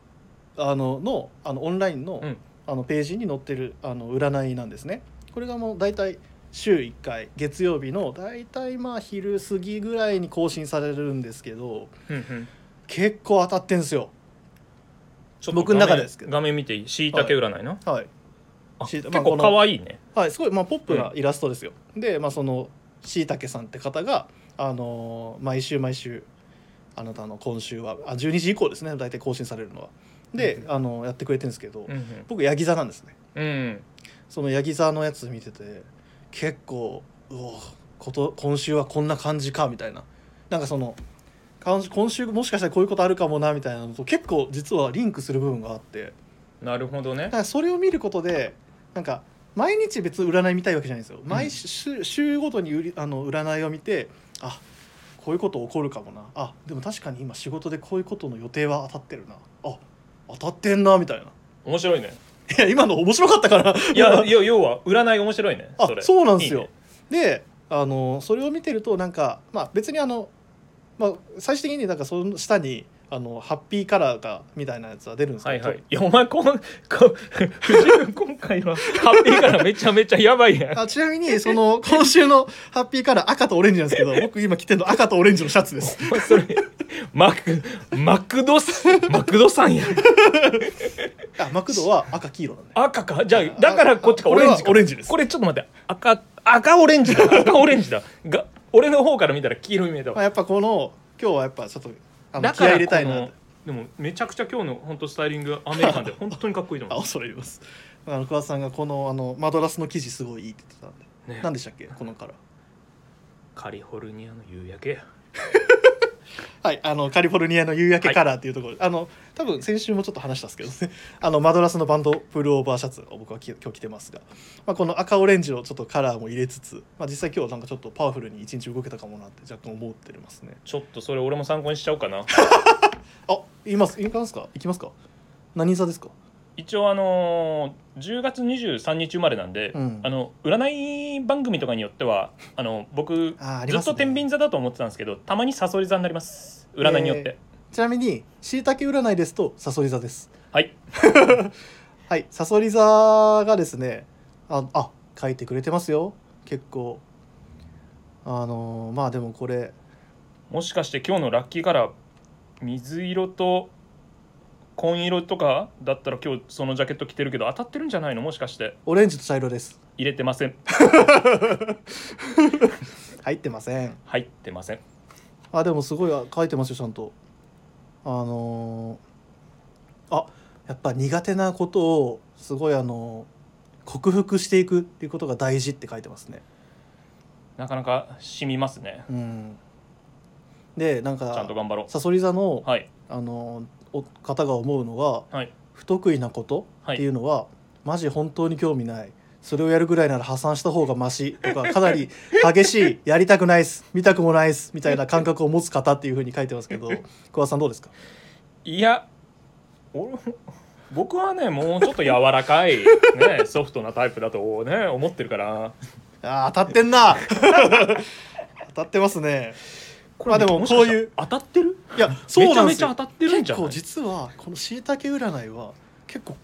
Speaker 1: あののあのオンラインの,、
Speaker 2: うん
Speaker 1: あのページに載ってるあの占いなんですね。これがもう大体週1回月曜日の大体まあ昼過ぎぐらいに更新されるんですけど
Speaker 2: うんうん
Speaker 1: 結構当たってんですよ。
Speaker 2: ちょっと
Speaker 1: 僕の中ですけど
Speaker 2: 画面見ていいしいたけ占いな
Speaker 1: はい、
Speaker 2: あ
Speaker 1: 椎
Speaker 2: 結
Speaker 1: 茸まあ
Speaker 2: 構
Speaker 1: この
Speaker 2: 可愛いね
Speaker 1: はい、すごい、まあ、ポップなイラストですよ。で、まあ、そのしいたけさんって方が、あのー毎週毎週あなたの今週はあ12時以降ですね大体更新されるのは。で、
Speaker 2: う
Speaker 1: あのやってくれてるんですけど、
Speaker 2: うん
Speaker 1: 僕ヤギ座なんですね。
Speaker 2: うんうん
Speaker 1: そのヤギ座のやつ見てて結構うおこと今週はこんな感じかみたいななんかその今今週もしかしたらこういうことあるかもなみたいなのと結構実はリンクする部分があって
Speaker 2: なるほどね
Speaker 1: だからそれを見ることでなんか毎日別に占い見たいわけじゃないんですよ毎週,、週ごとにうりあの占いを見てあこういうこと起こるかもなあでも確かに今仕事でこういうことの予定は当たってるなあ当たってんなみたいな
Speaker 2: 面白いね
Speaker 1: いや今の面白かったから <laughs>
Speaker 2: いやいや要は占い面白いね
Speaker 1: あ
Speaker 2: それ
Speaker 1: そうなんですよ
Speaker 2: いいね
Speaker 1: であのそれを見てるとなんかまあ別にあの、まあ、最終的になんかその下にあのハッピーカラーがみたいなやつは出るんです
Speaker 2: は
Speaker 1: け
Speaker 2: い
Speaker 1: ど、
Speaker 2: <laughs> はい。いや、お前、こん、こ、藤井君今回は、ハッピーからめちゃめちゃやばいやん。 <laughs>
Speaker 1: あちなみにその今週のハッピーカラー赤とオレンジなんですけ <laughs> ど僕今着てるの赤とオレンジのシャツです
Speaker 2: お前それ、マク、マクドさん、マクドさんやん。
Speaker 1: あマクドは赤黄色なんで
Speaker 2: 赤か。じゃあ、だからこっちか、
Speaker 1: あ
Speaker 2: オレンジ
Speaker 1: 俺は
Speaker 2: か。
Speaker 1: オレンジです
Speaker 2: これちょっと待って、赤、赤オレンジだ。赤オレンジだ。が、俺の方から見たら黄色い目だ
Speaker 1: まあ、
Speaker 2: わ。
Speaker 1: やっぱこの今日はやっぱちょっとあの
Speaker 2: だ
Speaker 1: 気
Speaker 2: か
Speaker 1: 合い
Speaker 2: ら
Speaker 1: 入れた
Speaker 2: こ
Speaker 1: いな
Speaker 2: の
Speaker 1: と、
Speaker 2: でも、めちゃくちゃ今日の本当スタイリング、アメリカンで、本当にかっこいいと
Speaker 1: あ
Speaker 2: 思
Speaker 1: 恐れ入りますあの桑田さんがこのあのマドラスの生地すごいいいって言ってたんで
Speaker 2: う。ね
Speaker 1: 何でしたっけこのカラー
Speaker 2: カリフォルニアの夕焼けや。
Speaker 1: はい、あのカリフォルニアの夕焼けカラーっていうところ、あの多分先週もちょっと話したんですけどね <laughs> あのマドラスのバンドプルオーバーシャツを僕はき今日着てますが、まあ、この赤オレンジのちょっとカラーも入れつつ、まあ、実際今日なんかちょっとパワフルに一日動けたかもなって若干思ってますね
Speaker 2: ちょっとそれ俺も参考にしちゃおうかな。
Speaker 1: あ言います行きますか行きますか何座ですか
Speaker 2: 一応あのー10月23日生まれなんで、
Speaker 1: うん
Speaker 2: あの占い番組とかによってはあの僕
Speaker 1: あーあり
Speaker 2: ず
Speaker 1: ま
Speaker 2: っ
Speaker 1: すね
Speaker 2: と天秤座だと思ってたんですけどたまにサソリ座になります占いによって、
Speaker 1: ちなみにしいたけ占いですとサソリ座です
Speaker 2: はい
Speaker 1: はいサソリ座がですねああ書いてくれてますよ結構あのーまあでもこれ
Speaker 2: もしかして今日のラッキーカラー水色と紺色とかだったら今日そのジャケット着てるけど当たってるんじゃないのもしかして
Speaker 1: オレンジと茶色です
Speaker 2: 入れてません
Speaker 1: 入ってません
Speaker 2: 入ってません
Speaker 1: あでもすごいあ書いてますよちゃんとあのーあやっぱ苦手なことをすごいあのー克服していくっていうことが大事って書いてますね
Speaker 2: なかなか染みますね
Speaker 1: うんでなん
Speaker 2: ちゃんと
Speaker 1: か
Speaker 2: 頑張ろ
Speaker 1: さそり座の
Speaker 2: う、はい
Speaker 1: あのーお方が思うのは
Speaker 2: はい
Speaker 1: 不得意なこと
Speaker 2: はい
Speaker 1: っていうのは、マジ本当に興味ないそれをやるぐらいなら破産した方がマシとかかなり激しいやりたくないっす見たくもないっすみたいな感覚を持つ方っていうふうに書いてます
Speaker 2: <laughs>
Speaker 1: けど桑田さんどうですか
Speaker 2: いや俺僕はねもうちょっと柔らかい、
Speaker 1: <laughs>
Speaker 2: ね、ソフトなタイプだと、ね、思ってるから
Speaker 1: あー当たってん
Speaker 2: <laughs>
Speaker 1: な当たってますね
Speaker 2: こ
Speaker 1: まあでも
Speaker 2: しかしたら
Speaker 1: こういう
Speaker 2: 当たってる
Speaker 1: いやそうなん
Speaker 2: め
Speaker 1: で
Speaker 2: ち
Speaker 1: すよ
Speaker 2: ゃめちゃ当たってるんじゃない
Speaker 1: 結構実はこのしいたけ占いは結構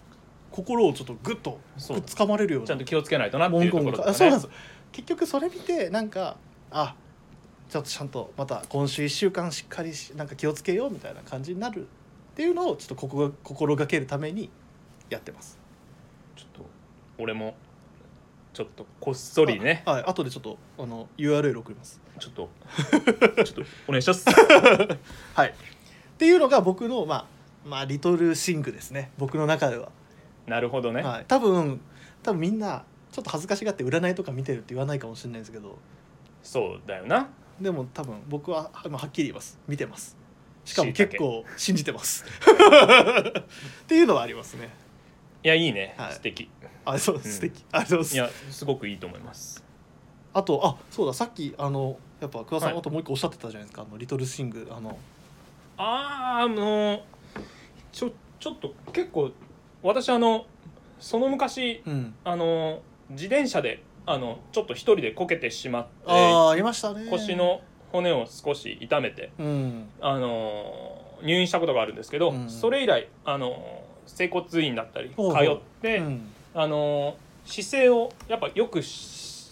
Speaker 1: 心をちょっとグッと
Speaker 2: そう
Speaker 1: つかまれるよう
Speaker 2: ちゃ
Speaker 1: なん
Speaker 2: と気をつけないとなってい
Speaker 1: 文
Speaker 2: うと
Speaker 1: 言
Speaker 2: ころ
Speaker 1: が、
Speaker 2: と
Speaker 1: あ
Speaker 2: か
Speaker 1: そう
Speaker 2: ね
Speaker 1: なんです結局それ見てなんかあちょっとちゃんとまた今週1週間しっかりしなんか気をつけようみたいな感じになるっていうのをちょっとここが心がけるためにやってます
Speaker 2: ちょっと俺もちょっとこっそりね
Speaker 1: あはい後でちょっとあの URL 送ります
Speaker 2: ちょっとちょっとお願いします
Speaker 1: はいっていうのが僕のまあまあリトルシングですね僕の中では
Speaker 2: なるほどね、
Speaker 1: はい、多分多分みんなちょっと恥ずかしがって占いとか見てるって言わないかもしれないですけど
Speaker 2: そうだよな
Speaker 1: でも多分僕はははっきり言います見てますしかも
Speaker 2: 椎茸
Speaker 1: 結構信じてます
Speaker 2: <laughs>
Speaker 1: っていうのはありますね
Speaker 2: いやいいね、
Speaker 1: はい
Speaker 2: 素敵
Speaker 1: あそう素敵、ありがとうござ
Speaker 2: い
Speaker 1: います
Speaker 2: やすごくいいと思います
Speaker 1: あとあそうださっきあのやっぱ桑さん、
Speaker 2: はい
Speaker 1: あともう一個おっしゃってたじゃないですかあのリトルシングあの
Speaker 2: あーあのちょちょっと結構私あのその昔
Speaker 1: うん
Speaker 2: あの自転車であのちょっと一人でこけてしまって
Speaker 1: あーありましたね
Speaker 2: 腰の骨を少し痛めて
Speaker 1: うん
Speaker 2: あの入院したことがあるんですけど、
Speaker 1: うん
Speaker 2: それ以来あの整骨院だったり通
Speaker 1: ほうほう
Speaker 2: って、
Speaker 1: うん
Speaker 2: あの姿勢をやっぱよくし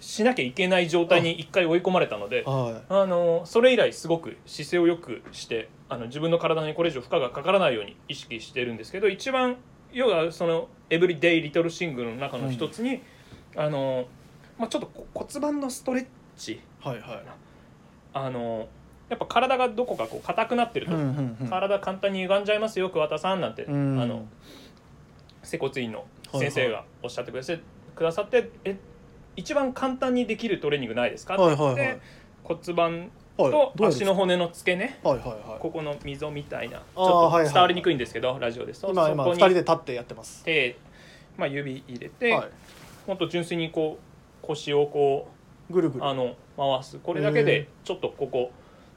Speaker 2: しなきゃいけない状態に一回追い込まれたので
Speaker 1: は
Speaker 2: あのそれ以来すごく姿勢をよくしてあの自分の体にこれ以上負荷がかからないように意識してるんですけど一番要はその「エブリデイ・リトル・シングル」の中の一つに、あのまあ、ちょっとこ骨盤のストレッチ
Speaker 1: いはいはい
Speaker 2: あのやっぱ体がどこかこう硬くなってると、
Speaker 1: んうん
Speaker 2: 体簡単に歪んじゃいますよ桑田さんなんて、
Speaker 1: うん
Speaker 2: あの整骨院の先生がおっしゃってくださ,、くださってえ一番簡単にできるトレーニングないですか、
Speaker 1: はいはいはい
Speaker 2: って言って骨盤
Speaker 1: はい
Speaker 2: と
Speaker 1: どうやるんです
Speaker 2: 足
Speaker 1: か
Speaker 2: の骨の付け根
Speaker 1: はいはいはい
Speaker 2: ここの溝みたいなち
Speaker 1: あーはいは
Speaker 2: ょっ
Speaker 1: い
Speaker 2: と伝わりにくいんですけどラジオですと
Speaker 1: 今今
Speaker 2: そ
Speaker 1: 二
Speaker 2: こ
Speaker 1: 人で
Speaker 2: に
Speaker 1: 立ってやってます
Speaker 2: 手、まあ、指入れて、
Speaker 1: は
Speaker 2: もっと純粋にこう腰をこ
Speaker 1: いぐるぐ
Speaker 2: う
Speaker 1: る
Speaker 2: あの回すこれだけでちょっとここ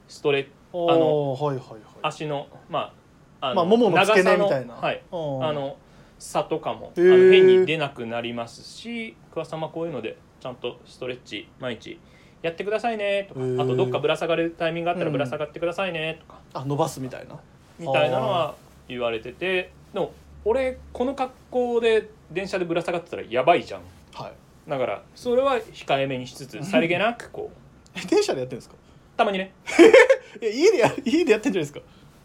Speaker 2: ストレッチ
Speaker 1: あのはいはいはい
Speaker 2: 足のまああ
Speaker 1: まあももの付け根みたいな
Speaker 2: 長さのはいあ
Speaker 1: あ
Speaker 2: の差とかもあ
Speaker 1: へ
Speaker 2: の
Speaker 1: ー
Speaker 2: 変に出なくなりますし桑様こういうのでちゃんとストレッチ毎日やってくださいねとか
Speaker 1: へー
Speaker 2: あとどっかぶら下がるタイミングがあった
Speaker 1: う
Speaker 2: ら
Speaker 1: ん
Speaker 2: ぶら下がってくださいねとか
Speaker 1: あ伸ばすみたいな
Speaker 2: みたいなのは言われててでも俺この格好で電車でぶら下がってたらやばいじゃん
Speaker 1: はい
Speaker 2: だからそれは控えめにしつつさりげなくこう
Speaker 1: え電車でやってるんですか
Speaker 2: たまにね
Speaker 1: いや家でや家でやってんじゃないですか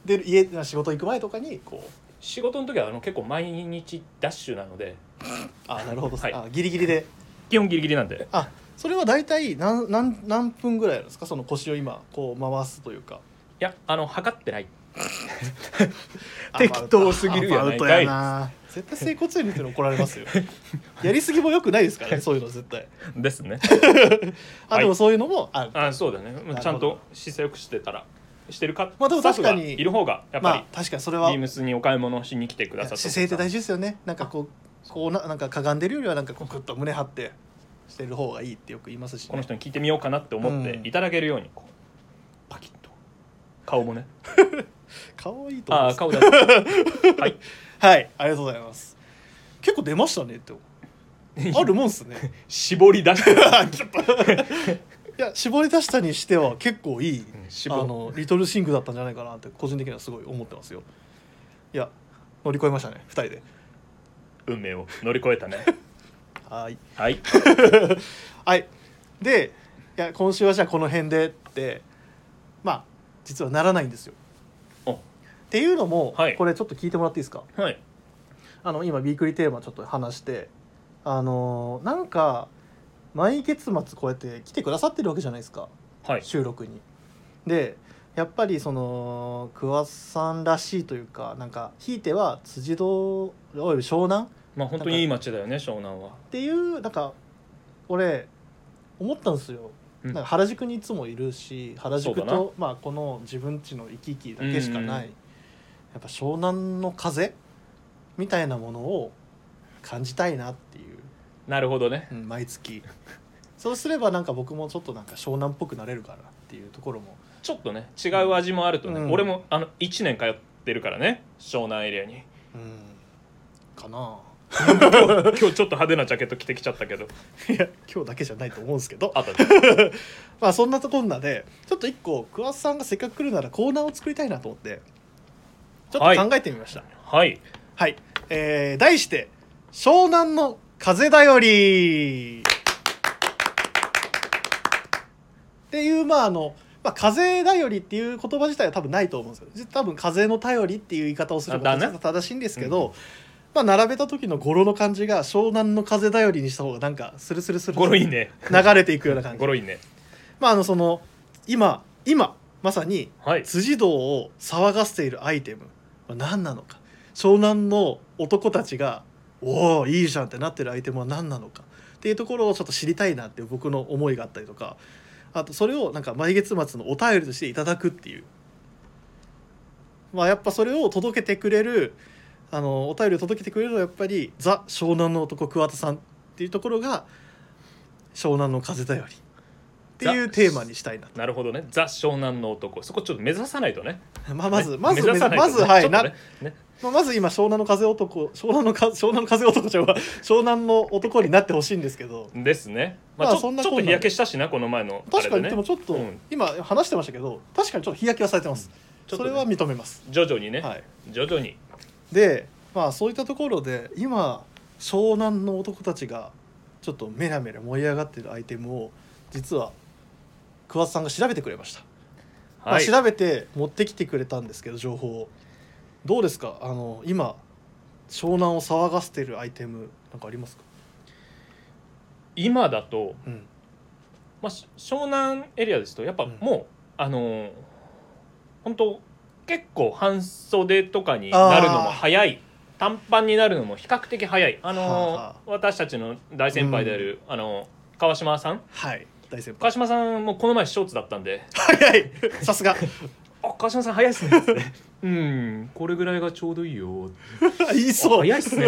Speaker 1: で家仕事行く前とかにこう
Speaker 2: 仕事の時はあの結構毎日ダッシュなので
Speaker 1: あなるほど、
Speaker 2: はい
Speaker 1: あギリギリで
Speaker 2: 基本ギリギリなんで
Speaker 1: あそれは大体何何何分ぐらいなんですかその腰を今こう回すというか
Speaker 2: いやあの測ってない
Speaker 1: あ
Speaker 2: 適当すぎるや
Speaker 1: ア
Speaker 2: な
Speaker 1: バ
Speaker 2: い
Speaker 1: ウ
Speaker 2: か
Speaker 1: トや
Speaker 2: い
Speaker 1: な絶対整骨院の人に怒られ
Speaker 2: <laughs>
Speaker 1: ますよやりすぎもよくないですからねそういうの絶対
Speaker 2: ですね
Speaker 1: あでもそういうのもある、
Speaker 2: <laughs> あそうだね
Speaker 1: ほど
Speaker 2: ちゃんと姿勢よくしてたらしてるか、
Speaker 1: まあでも確かに
Speaker 2: スタッフがいる方がやっ
Speaker 1: ま
Speaker 2: ぱ
Speaker 1: あ確かにそれ
Speaker 2: り、
Speaker 1: は
Speaker 2: ビームスにお買い物をしに来てくださった
Speaker 1: 姿勢って大
Speaker 2: 事
Speaker 1: 事ですよねなんかこうこうななんかかがんでるよりはなんかこうグッと胸張ってしてる方がいいってよく言いますし、
Speaker 2: この人に聞いてみようかなって思って
Speaker 1: うん
Speaker 2: いただけるようにこうパキッと顔もね
Speaker 1: 顔はいいと思い
Speaker 2: あ
Speaker 1: ま
Speaker 2: あ
Speaker 1: す
Speaker 2: 顔だね <laughs>
Speaker 1: はいありがとうございます結構出ましたね
Speaker 2: <laughs>
Speaker 1: ってあるもんっすね
Speaker 2: 絞り出して
Speaker 1: あちょっといや絞り出したにしては結構いい、
Speaker 2: ん絞
Speaker 1: あ
Speaker 2: る
Speaker 1: のリトルシングだったんじゃないかなって個人的にはすごい思ってますよいや乗り越えましたね2人で
Speaker 2: <laughs> 運命を乗り越えたね
Speaker 1: はい
Speaker 2: はい
Speaker 1: はいでいや今週はじゃあこの辺でってまあ実はならないんですよ
Speaker 2: お
Speaker 1: っていうのも、
Speaker 2: はい
Speaker 1: これちょっと聞いてもらっていいですか
Speaker 2: はい
Speaker 1: あの今ウィークリーテーマちょっと話してあのーなんか毎月末こうやって来てくださってるわけじゃないですか
Speaker 2: はい
Speaker 1: 収録に。でやっぱりその桑さんらしいというかなんかひいては辻堂および湘南っ
Speaker 2: まあ本当にいい街だよね湘南は
Speaker 1: ていうなんか俺思ったんですよ。
Speaker 2: うん
Speaker 1: なんか原宿にいつもいるし原宿
Speaker 2: そうだな
Speaker 1: と、まあ、この自分家の行き来だけしかない、
Speaker 2: うんうん
Speaker 1: やっぱ湘南の風みたいなものを感じたいなっていう、
Speaker 2: なるほどね
Speaker 1: うん毎月
Speaker 2: <laughs>
Speaker 1: そうすればなんか僕もちょっとなんか湘南っぽくなれるかなっていうところも
Speaker 2: ちょっとね違う味もあるとね、
Speaker 1: うん
Speaker 2: 俺もあの1年通ってるからね湘南エリア <laughs> に
Speaker 1: うんかな
Speaker 2: 今日ちょっと派手なジャケット着てきちゃったけど
Speaker 1: あいや今日だけじゃないと思うんですけど
Speaker 2: あと
Speaker 1: まあそんなとこんなでちょっと一個桑田さんがせっかく来るならコーナーを作りたいなと思ってちょっと考えてみました、
Speaker 2: はい
Speaker 1: はい、えー、題して湘南の風だよりっていうまああの、まあ、風だよりっていう言葉自体は多分ないと思うんですよ多分風の頼りっていう言い方をすれば
Speaker 2: あだね
Speaker 1: 正しいんですけど、まあ並べた時の語呂の感じが湘南の風だよりにした方がなんかスルスルスル
Speaker 2: ゴロいいね
Speaker 1: 流れていくような感じ
Speaker 2: ゴロいいね
Speaker 1: まああのその今今まさに
Speaker 2: はい
Speaker 1: 辻堂を騒がせているアイテムは何なのか湘南の男たちがおおいいじゃんってなってるアイテムは何なのかっていうところをちょっと知りたいなっていう僕の思いがあったりとかあとそれをなんか毎月末のお便りとしていただくっていうまあやっぱそれを届けてくれるあのお便りを届けてくれるのはやっぱりザ湘南の男桑田さんっていうところが湘南の風だよりっていうテーマにしたいな
Speaker 2: なるほどねザ湘南の男そこちょっと目指さないとね
Speaker 1: まあ、まず、
Speaker 2: ね
Speaker 1: まず、
Speaker 2: 目指さないと
Speaker 1: まず、は
Speaker 2: ちょ
Speaker 1: い、
Speaker 2: っと
Speaker 1: な、
Speaker 2: ねね
Speaker 1: まあまず今湘南の風男、湘南のか、湘南の風男ちゃんは、湘南の男になってほしいんですけど。
Speaker 2: ですねまあ
Speaker 1: まあ
Speaker 2: ちょ
Speaker 1: そんな
Speaker 2: ちょっ
Speaker 1: ことんな
Speaker 2: 日焼けしたしなこの前のあれ
Speaker 1: 確かに、
Speaker 2: ね
Speaker 1: でも、ちょっと、
Speaker 2: うん
Speaker 1: 今話してましたけど、確かにちょっと日焼けはされてます。
Speaker 2: ち
Speaker 1: そ
Speaker 2: ょっとね
Speaker 1: れは認めます。
Speaker 2: 徐々にね、
Speaker 1: はい。
Speaker 2: 徐々に
Speaker 1: で、まあ、そういったところで、今、湘南の男たちが。ちょっとメラメラ燃え上がってるアイテムを、実は。桑田さんが調べてくれました。まあ
Speaker 2: はい、
Speaker 1: 調べて持ってきてくれたんですけど情報をどうですかあの今湘南を騒がせてるアイテムなんかありますか、
Speaker 2: 今だと、
Speaker 1: うん、
Speaker 2: まあ、し湘南エリアですとやっぱもう、あのー本当結構半袖とかになるのも早い短パンになるのも比較的早いあのー
Speaker 1: はあは
Speaker 2: 私たちの大先輩である、あのー川島さん
Speaker 1: はい大先輩
Speaker 2: 川島さんもこの前ショーツだったんで
Speaker 1: 早いさ
Speaker 2: <laughs>
Speaker 1: すが
Speaker 2: 「あ川島さん早いっすね」 <laughs> うんこれぐらいがちょうどいいよ」
Speaker 1: 言いそう
Speaker 2: 早いっすね」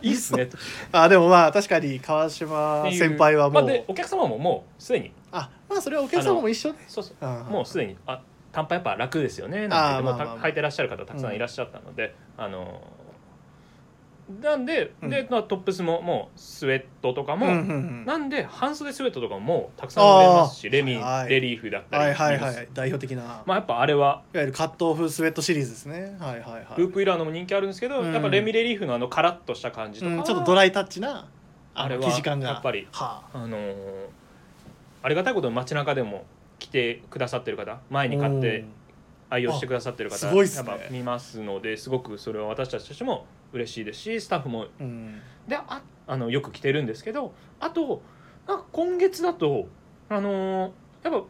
Speaker 2: いいっすね」
Speaker 1: <laughs> あでもまあ確かに川島先輩はもう、
Speaker 2: <laughs> まあ、でお客様ももうすでに
Speaker 1: あまあそれはお客様も一緒ね
Speaker 2: そうそう
Speaker 1: あー
Speaker 2: もうすでにあ短パンやっぱ楽ですよねなんて
Speaker 1: あ
Speaker 2: も
Speaker 1: ーま
Speaker 2: う
Speaker 1: あ
Speaker 2: た
Speaker 1: まあまあ
Speaker 2: 履いてらっしゃる方たくさんいらっしゃったので、あのーなんでで、まあトップスももうスウェットとかも、
Speaker 1: うんうんうん
Speaker 2: なんで半袖スウェットとかももうたくさん売れますしレミ、
Speaker 1: はい
Speaker 2: レリーフだった
Speaker 1: は
Speaker 2: り
Speaker 1: いはい
Speaker 2: リー
Speaker 1: は
Speaker 2: ス
Speaker 1: い代表的な、
Speaker 2: まあやっぱあれはい
Speaker 1: わゆるカットオフスウェットシリーズですねはいはいはい、
Speaker 2: ループイラーのも人気あるんですけど、
Speaker 1: うん
Speaker 2: やっぱレミレリーフのあのカラッとした感じとか、
Speaker 1: うん、ちょっとドライタッチなあ
Speaker 2: あれ
Speaker 1: の
Speaker 2: は
Speaker 1: 生地感が
Speaker 2: やっぱり
Speaker 1: はあ
Speaker 2: あのーありがたいことに街中でも来てくださってる方前に買って愛用してくださってる
Speaker 1: あ
Speaker 2: 方
Speaker 1: すごいっす
Speaker 2: やっ
Speaker 1: ね
Speaker 2: ぱ見ますのですごくそれは私たちとしても嬉しいですしスタッフも
Speaker 1: うんうん
Speaker 2: でああのよく着てるんですけどあとなんか今月だとあのーやっぱ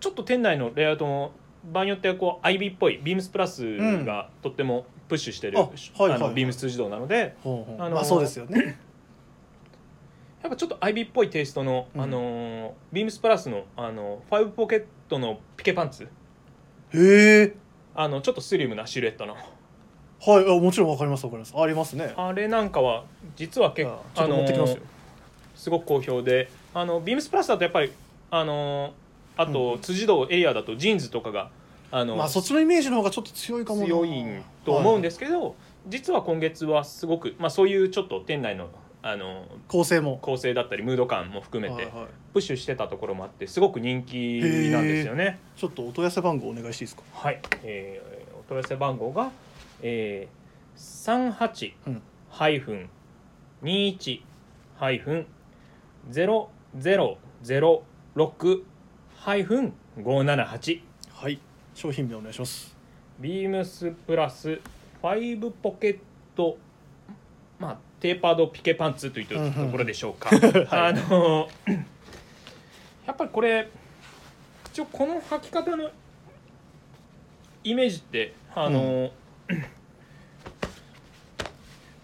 Speaker 2: ちょっと店内のレイアウトも場合によってはこう IB っぽいビームスプラスがとってもプッシュしてる、
Speaker 1: あはいはい
Speaker 2: あのビームス自動なので
Speaker 1: ほうほう
Speaker 2: あのー
Speaker 1: まあそうですよね
Speaker 2: <laughs> やっぱちょっと IB っぽいテイストの、
Speaker 1: うん
Speaker 2: あのービームスプラスのあのファイブポケットのピケパンツ
Speaker 1: へえ
Speaker 2: あのちょっとスリムなシルエットの
Speaker 1: はいあもちろんわかりますわかりますありますね
Speaker 2: あれなんかは実は結構
Speaker 1: あちょっと持ってきますよ
Speaker 2: すごく好評であのビームスプラスだとやっぱりあのあと、辻堂エリアだとジーンズとかがあの、
Speaker 1: まあそっちのイメージの方がちょっと強いかもな、
Speaker 2: 強いと思うんですすけど、実は今月はすごく、まあ、そういうちょっと店内のあの
Speaker 1: はい構成も
Speaker 2: 構成だったりムード感も含め
Speaker 1: はい
Speaker 2: て
Speaker 1: はい
Speaker 2: プッシュしてたところもあってすごく人気なんですよね。
Speaker 1: ちょっとお問い合わせ番号お願いしていいですか
Speaker 2: はい、えーお問い合わせ番号が、えー、38
Speaker 1: うん
Speaker 2: ハイフン21ハイフン0006ハイフン578
Speaker 1: はい商品名お願いします
Speaker 2: ビームスプラスファイブポケットまあテーパードピケパンツといったところでしょうか、あのやっぱりこれ一応この履き方のイメージってあの、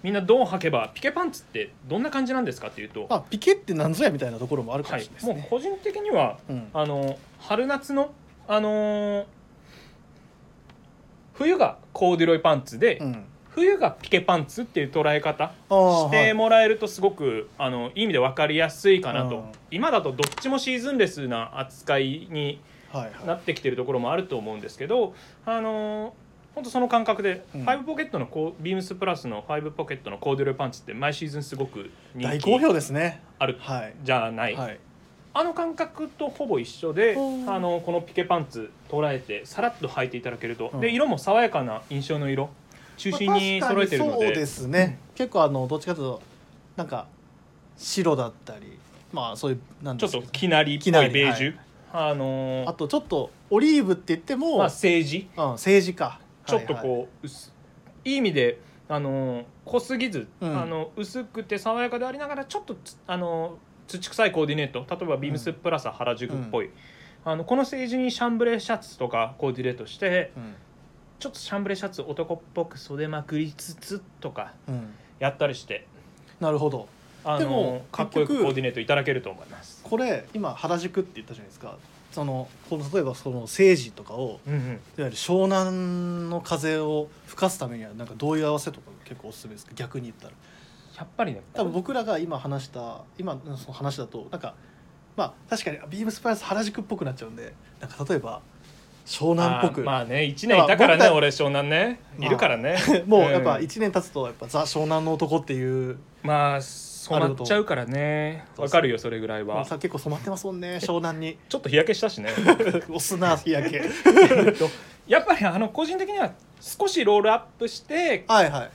Speaker 2: みんなどう履けばピケパンツってどんな感じなんですかっていうと、
Speaker 1: まあピケってなんぞやみたいなところもあるか
Speaker 2: は
Speaker 1: もし
Speaker 2: い
Speaker 1: れないで、す
Speaker 2: も
Speaker 1: ね、
Speaker 2: う個人的には
Speaker 1: うん
Speaker 2: あの春夏のあのー冬がコーデュロイパンツで、
Speaker 1: うん
Speaker 2: 冬がピケパンツっていう捉え方
Speaker 1: あー
Speaker 2: して
Speaker 1: はい
Speaker 2: もらえるとすごく、あのいい意味で分かりやすいかなと、
Speaker 1: うん
Speaker 2: 今だとどっちもシーズンレスな扱いに
Speaker 1: はい
Speaker 2: な
Speaker 1: は
Speaker 2: ってきてるところもあると思うんですけどあのーほんとその感覚で、
Speaker 1: うん
Speaker 2: ファイブポケットのこうビームスプラスのファイブポケットのコーデュロイパンツって毎シーズンすごく
Speaker 1: い
Speaker 2: 人
Speaker 1: 大
Speaker 2: 気
Speaker 1: 好評ですね
Speaker 2: ある
Speaker 1: はい
Speaker 2: じゃない、
Speaker 1: はい
Speaker 2: あの感覚とほぼ一緒で、
Speaker 1: うん
Speaker 2: あのこのピケパンツ捉えてさらっと履いていただけると、
Speaker 1: うん
Speaker 2: で色も爽やかな印象の色中心に揃えてるの
Speaker 1: まあ確かにそう
Speaker 2: で,、
Speaker 1: ですね、結構あのどっちかというとなんか白だったりまあそういうなん
Speaker 2: ちょ
Speaker 1: です
Speaker 2: っ
Speaker 1: か
Speaker 2: ときなりっぽい
Speaker 1: きなり
Speaker 2: ベージュ、あのー
Speaker 1: あとちょっとオリーブって言っても、
Speaker 2: まあ政治
Speaker 1: うん、政治家
Speaker 2: ちょっとこう、
Speaker 1: はいはい
Speaker 2: 薄いい意味であのー濃すぎず、
Speaker 1: うん
Speaker 2: あの薄くて爽やかでありながらちょっとつあのー土臭いコーディネート例えばビームスプラス原宿っぽい、あのこの政治にシャンブレーシャツとかコーディネートして
Speaker 1: うん
Speaker 2: ちょっとシャンブレーシャツ男っぽく袖まくりつつとか
Speaker 1: うん
Speaker 2: やったりして
Speaker 1: なるほど
Speaker 2: あ
Speaker 1: で
Speaker 2: の
Speaker 1: も
Speaker 2: かっこよ
Speaker 1: 結
Speaker 2: く
Speaker 1: 局
Speaker 2: コーディネートいただけると思います。
Speaker 1: これ今原宿って言ったじゃないですかそのこの例えばその政治とかを
Speaker 2: うんうん、
Speaker 1: いわゆる湘南の風を吹かすためにはなんかどういう合わせとか結構おすすめですか逆に言ったら
Speaker 2: やっぱりね
Speaker 1: 多分僕らが今話した今のその話だとなんかまあ確かにビームスプラス原宿っぽくなっちゃうんでなんか例えば湘南っぽく、
Speaker 2: あーまあね1年いた
Speaker 1: だか
Speaker 2: から
Speaker 1: ら僕
Speaker 2: ね
Speaker 1: た
Speaker 2: 俺湘南ね
Speaker 1: まあ
Speaker 2: いるからね
Speaker 1: <laughs> もうやっぱ
Speaker 2: ん
Speaker 1: 1年経つとやっぱザ湘南の男っていう、
Speaker 2: まあ染まっちゃうからね
Speaker 1: そうそう
Speaker 2: わかるよそれぐらいは
Speaker 1: さ結構染まってますもんね湘南に <laughs>
Speaker 2: ちょっと日焼けしたしね
Speaker 1: お砂日焼け
Speaker 2: やっぱりあの個人的には少しロールアップして
Speaker 1: はいはい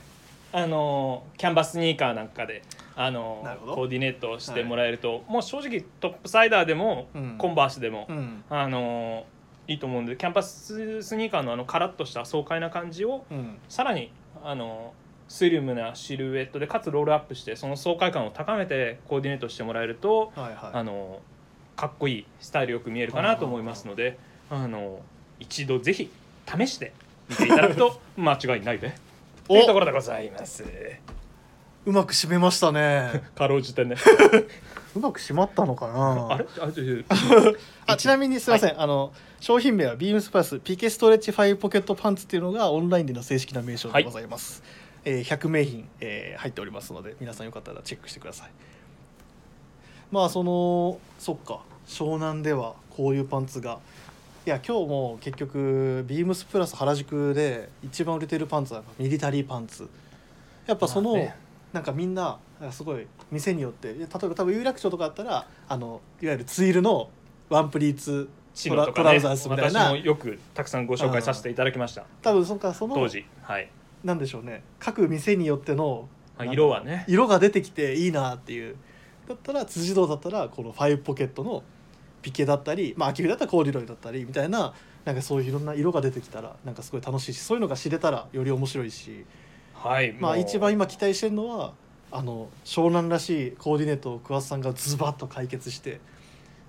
Speaker 2: あのキャンバスニーカーなんかであの
Speaker 1: なるほど
Speaker 2: コーディネートしてもらえると、もう正直トップサイダーでも、
Speaker 1: うん
Speaker 2: コンバースでも、
Speaker 1: うん
Speaker 2: あのいいと思うんでキャンバススニーカーのあのカラッとした爽快な感じを
Speaker 1: うん
Speaker 2: さらにあのスリムなシルエットでかつロールアップしてその爽快感を高めてコーディネートしてもらえると、
Speaker 1: はいはい
Speaker 2: あのかっこいいスタイルよく見えるかなと思いますので、あの一度ぜひ試して見ていただく
Speaker 1: <laughs>
Speaker 2: と間違いないでというところでございます
Speaker 1: うまく締めましたね
Speaker 2: かろうじてね
Speaker 1: <laughs> うまく締まったのかな
Speaker 2: あれあちょちょ
Speaker 1: あちなみにすいません、あの商品名はビームスプラスピケストレッチファイブポケットパンツっていうのがオンラインでの正式な名称でございます、えー100名品、えー入っておりますので皆さんよかったらチェックしてくださいまあそのそっか湘南ではこういうパンツがいや今日も結局ビームスプラス原宿で一番売れてるパンツはやっぱミリタリーパンツやっぱその、
Speaker 2: まあね
Speaker 1: なんかみんななんかすごい店によっていや例えば多分有楽町とかあったらあのいわゆるツイルのワンプリーツ
Speaker 2: チ
Speaker 1: ト
Speaker 2: ノ
Speaker 1: ラ
Speaker 2: と
Speaker 1: ト
Speaker 2: か
Speaker 1: ラ
Speaker 2: ね
Speaker 1: ウザースみたい
Speaker 2: 私
Speaker 1: な
Speaker 2: もよくたくさんご紹介させていただきました
Speaker 1: 多分そっかその
Speaker 2: 当時はい
Speaker 1: なんでしょうね各店によっての
Speaker 2: ま
Speaker 1: なん
Speaker 2: あ
Speaker 1: だ
Speaker 2: 色はね
Speaker 1: 色が出てきていいなっていうだったら辻堂だったらこのファイブポケットのピケだったり、まあ、秋冬だったらコーディロイだったりみたいななんかそういういろんな色が出てきたらなんかすごい楽しいしそういうのが知れたらより面白いし、
Speaker 2: はい
Speaker 1: まあ、
Speaker 2: もう
Speaker 1: 一番今期待してるのはあの湘南らしいコーディネートを桑田さんがズバッと解決して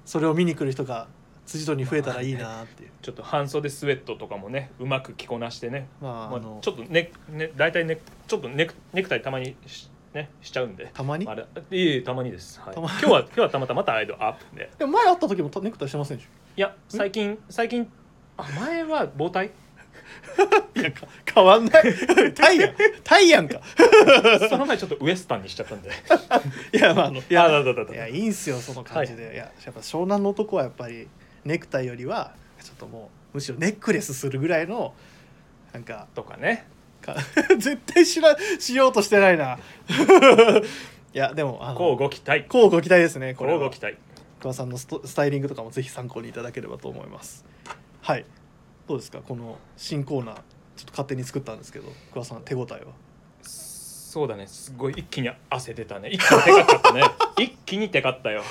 Speaker 1: それを見に来る人が辻堂に増えたらいいなっていう。
Speaker 2: ちょっと半袖スウェットとかもねうまく着こなしてね
Speaker 1: まあ、
Speaker 2: ま
Speaker 1: あ
Speaker 2: あ
Speaker 1: の、
Speaker 2: ちょっとねね大体ねちょっとネクネクタイたまにし,、ね、しちゃうんで
Speaker 1: たまに
Speaker 2: あれいえいえたまにです、はい、
Speaker 1: たま
Speaker 2: 今日は今日はたまたまたアイドルアップで
Speaker 1: でも前会った時もネクタイしてませんでし
Speaker 2: いや最近最近あ前は帽体
Speaker 1: ょいやか変わんないタイヤンタイヤンか
Speaker 2: その前ちょっとウエスタンにしちゃったんで
Speaker 1: いやまああのい
Speaker 2: いやだだだだ
Speaker 1: いやいいんすよその感じで、い、ややっぱ湘南の男はやっぱりネクタイよりはちょっともうむしろネックレスするぐらいのなんか
Speaker 2: とかね
Speaker 1: か <laughs> 絶対しらしようとしてないな <laughs> いやでもあの
Speaker 2: こうご期待
Speaker 1: こうご期待ですねこ
Speaker 2: こ
Speaker 1: れ
Speaker 2: うご
Speaker 1: は
Speaker 2: 期待
Speaker 1: 桑さんのストスタイリングとかもぜひ参考にいただければと思いますはいどうですかこの新コーナーちょっと勝手に作ったんですけど桑さん手応えは
Speaker 2: そうだねすごい一気に汗出たね一気にテカったね一気にテカったよ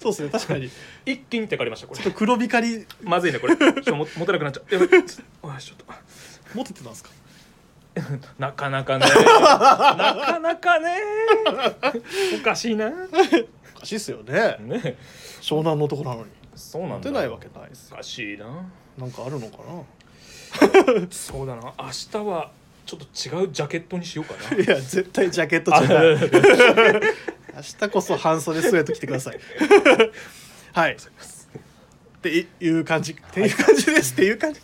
Speaker 1: そうですね確
Speaker 2: <laughs>
Speaker 1: かにち
Speaker 2: 一気にテカりましたこ
Speaker 1: ょっ
Speaker 2: れ
Speaker 1: と黒光り
Speaker 2: まずいねこれちょっとも持てなくなっちゃうやばいちょっとおいちょっと
Speaker 1: 持っててたんですか
Speaker 2: なかなかねなかなかねおかしいな
Speaker 1: おかしいっすよね
Speaker 2: ね
Speaker 1: 湘南の男なのに
Speaker 2: そうなんだ
Speaker 1: 持てないわけないです
Speaker 2: おかしいな
Speaker 1: なんかあるのか
Speaker 2: <laughs> そうだな明日はちょっと違うジャケットにしようか
Speaker 1: ないや絶対ジャケット
Speaker 2: <laughs>
Speaker 1: じゃない
Speaker 2: な
Speaker 1: 明日こそ半袖スウェット着てください <laughs> はいっていう感じっていう感じですっていう感じ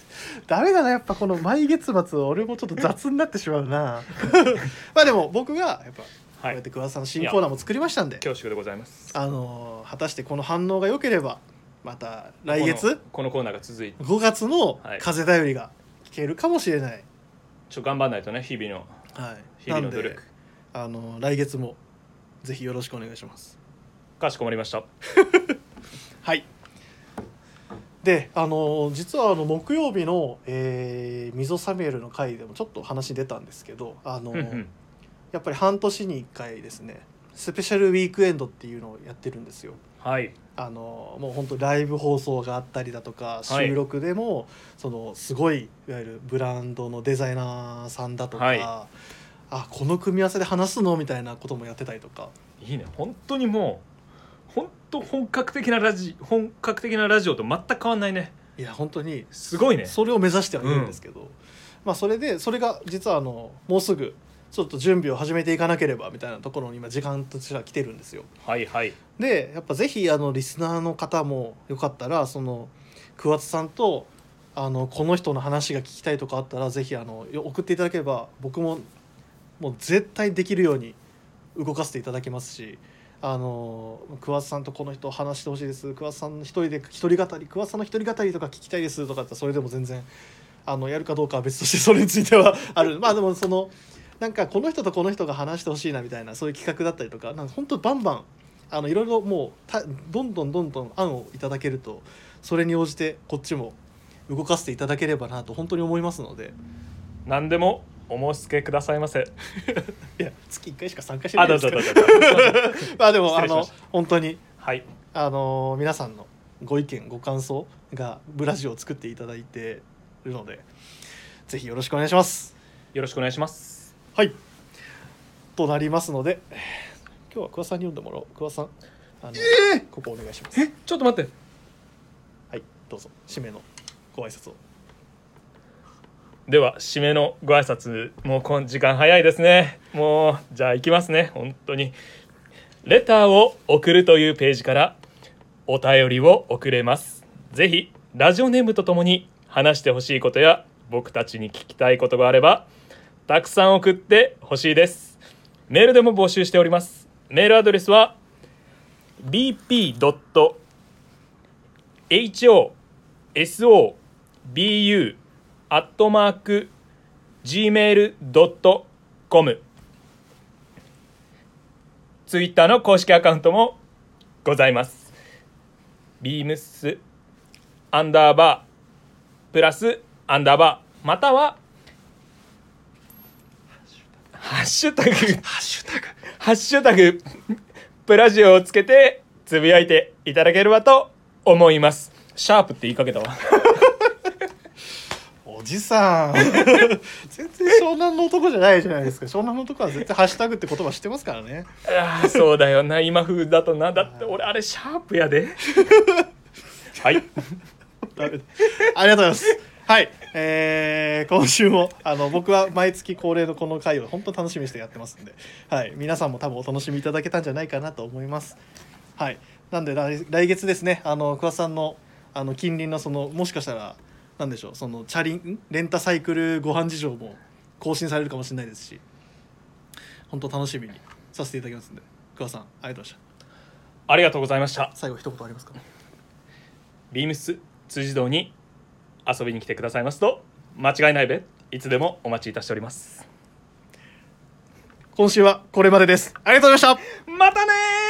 Speaker 1: ダメだなやっぱこの毎月末俺もちょっと雑になってしまうな <laughs> まあでも僕がやっぱこう
Speaker 2: は
Speaker 1: やっ
Speaker 2: い
Speaker 1: て桑田さんの新コーナーも作りましたんで、
Speaker 2: 恐縮でございます
Speaker 1: あのー果たしてこの反応が良ければまた来
Speaker 2: この
Speaker 1: 月
Speaker 2: このコーナーが続いて
Speaker 1: 5月の
Speaker 2: はい
Speaker 1: 風だよりが聞けるかもしれない、
Speaker 2: ちょっと頑張らないとね日々の
Speaker 1: はい、
Speaker 2: 日々
Speaker 1: な
Speaker 2: の
Speaker 1: ん
Speaker 2: 努
Speaker 1: で
Speaker 2: 力
Speaker 1: あの来月もぜひよろしくお願いします
Speaker 2: かしこまりました
Speaker 1: はいであの実はあの木曜日の、えー、溝サミュエルの回でもちょっとお話出たんですけどあの
Speaker 2: うんうん
Speaker 1: やっぱり半年に1回ですねスペシャルウィークエンドっていうのをやってるんですよ
Speaker 2: はい
Speaker 1: あのもう本当ライブ放送があったりだとか
Speaker 2: はい
Speaker 1: 収録でも、そのすごいいわゆるブランドのデザイナーさんだとか、
Speaker 2: はい
Speaker 1: あこの組み合わせで話すのみたいなこともやってたりとか
Speaker 2: いいね本当にもう本当本格的なラジ本格的なラジオと全く変わんないね
Speaker 1: いや本当に
Speaker 2: すごいね
Speaker 1: それを目指してはいるんですけど、まあそれでそれが実はあのもうすぐちょっと準備を始めていかなければみたいなところに今時間としては来てるんですよ。
Speaker 2: はいはい
Speaker 1: でやっぱぜひあのリスナーの方もよかったらその桑田さんとあのこの人の話が聞きたいとかあったらぜひあのよ送っていただければ僕ももう絶対できるように動かせていただきますし。あの桑田さんとこの人話してほしいです桑田さん一人で一人語り桑田さんの一人語りとか聞きたいですとかだってそれでも全然あのやるかどうかは別として <laughs> それについてはあるまあでもそのなんかこの人とこの人が話してほしいなみたいなそういう企画だったりとかなんか本当バンバンあのいろいろもうたどんどんどんどん案をいただけるとそれに応じてこっちも動かせていただければなと本当に思いますので
Speaker 2: 何でもお申し付けくだ <laughs> さいませ
Speaker 1: いや月1回しか参加してな
Speaker 2: あ
Speaker 1: い
Speaker 2: ど
Speaker 1: で
Speaker 2: う
Speaker 1: す
Speaker 2: ぞ
Speaker 1: か
Speaker 2: ど
Speaker 1: ら
Speaker 2: うぞどうぞ <laughs>
Speaker 1: まあでも
Speaker 2: 失
Speaker 1: あ
Speaker 2: 礼しま
Speaker 1: の
Speaker 2: した
Speaker 1: 本当に
Speaker 2: はい
Speaker 1: あの皆さんのご意見ご感想がブラジオを作っていただいているのでぜひよろしくお願いします。
Speaker 2: よろしくお願いします
Speaker 1: はいとなりますので今日は桑さんに読んでもらおう桑さんあの、ここお願いします。
Speaker 2: えちょっと待って
Speaker 1: はいどうぞ締めのご挨拶を。
Speaker 2: では締めのご挨拶もうこん時間早いですねもうじゃあ行きますね本当にレターを送るというページからお便りを送れますぜひラジオネームとともに話してほしいことや僕たちに聞きたいことがあればたくさん送ってほしいですメールでも募集しておりますメールアドレスは bp.hosobu アットマーク gmail.com ツイッターの公式アカウントもございます。ビームスアンダーバープラスアンダーバーまたはハッシュタグ
Speaker 1: ハッシュタグ
Speaker 2: ハッシュタグ、プラジオをつけて、つぶやいていただければと思います。シャープって言いかけたわ。
Speaker 1: おじさん全然湘南の男じゃないじゃないですか湘南の男は絶対ハッシュタグって言葉知ってますからね
Speaker 2: ああ、そうだよな。今風だとな。だって俺あれシャープや <laughs> で。はい。
Speaker 1: ダメだありがとうございますはいえー今週もあの僕は毎月恒例のこの回を本当楽しみにしてやってますんで、はい、皆さんも多分お楽しみいただけたんじゃないかなと思いますはいなんで来来月ですねあの桑田さんのあの近隣のそのもしかしたらなんでしょうそのチャリンんレンタサイクルご飯事情も更新されるかもしれないですし本当楽しみにさせていただきますんで桑田さんありがとうございまし
Speaker 2: ありがとうございました
Speaker 1: た。最後一言ありますか
Speaker 2: ビームス辻堂に遊びに来てくださいますと、間違いないべ。いつでもお待ちいたしております。
Speaker 1: 今週はこれまでですありがとうございました
Speaker 2: またねー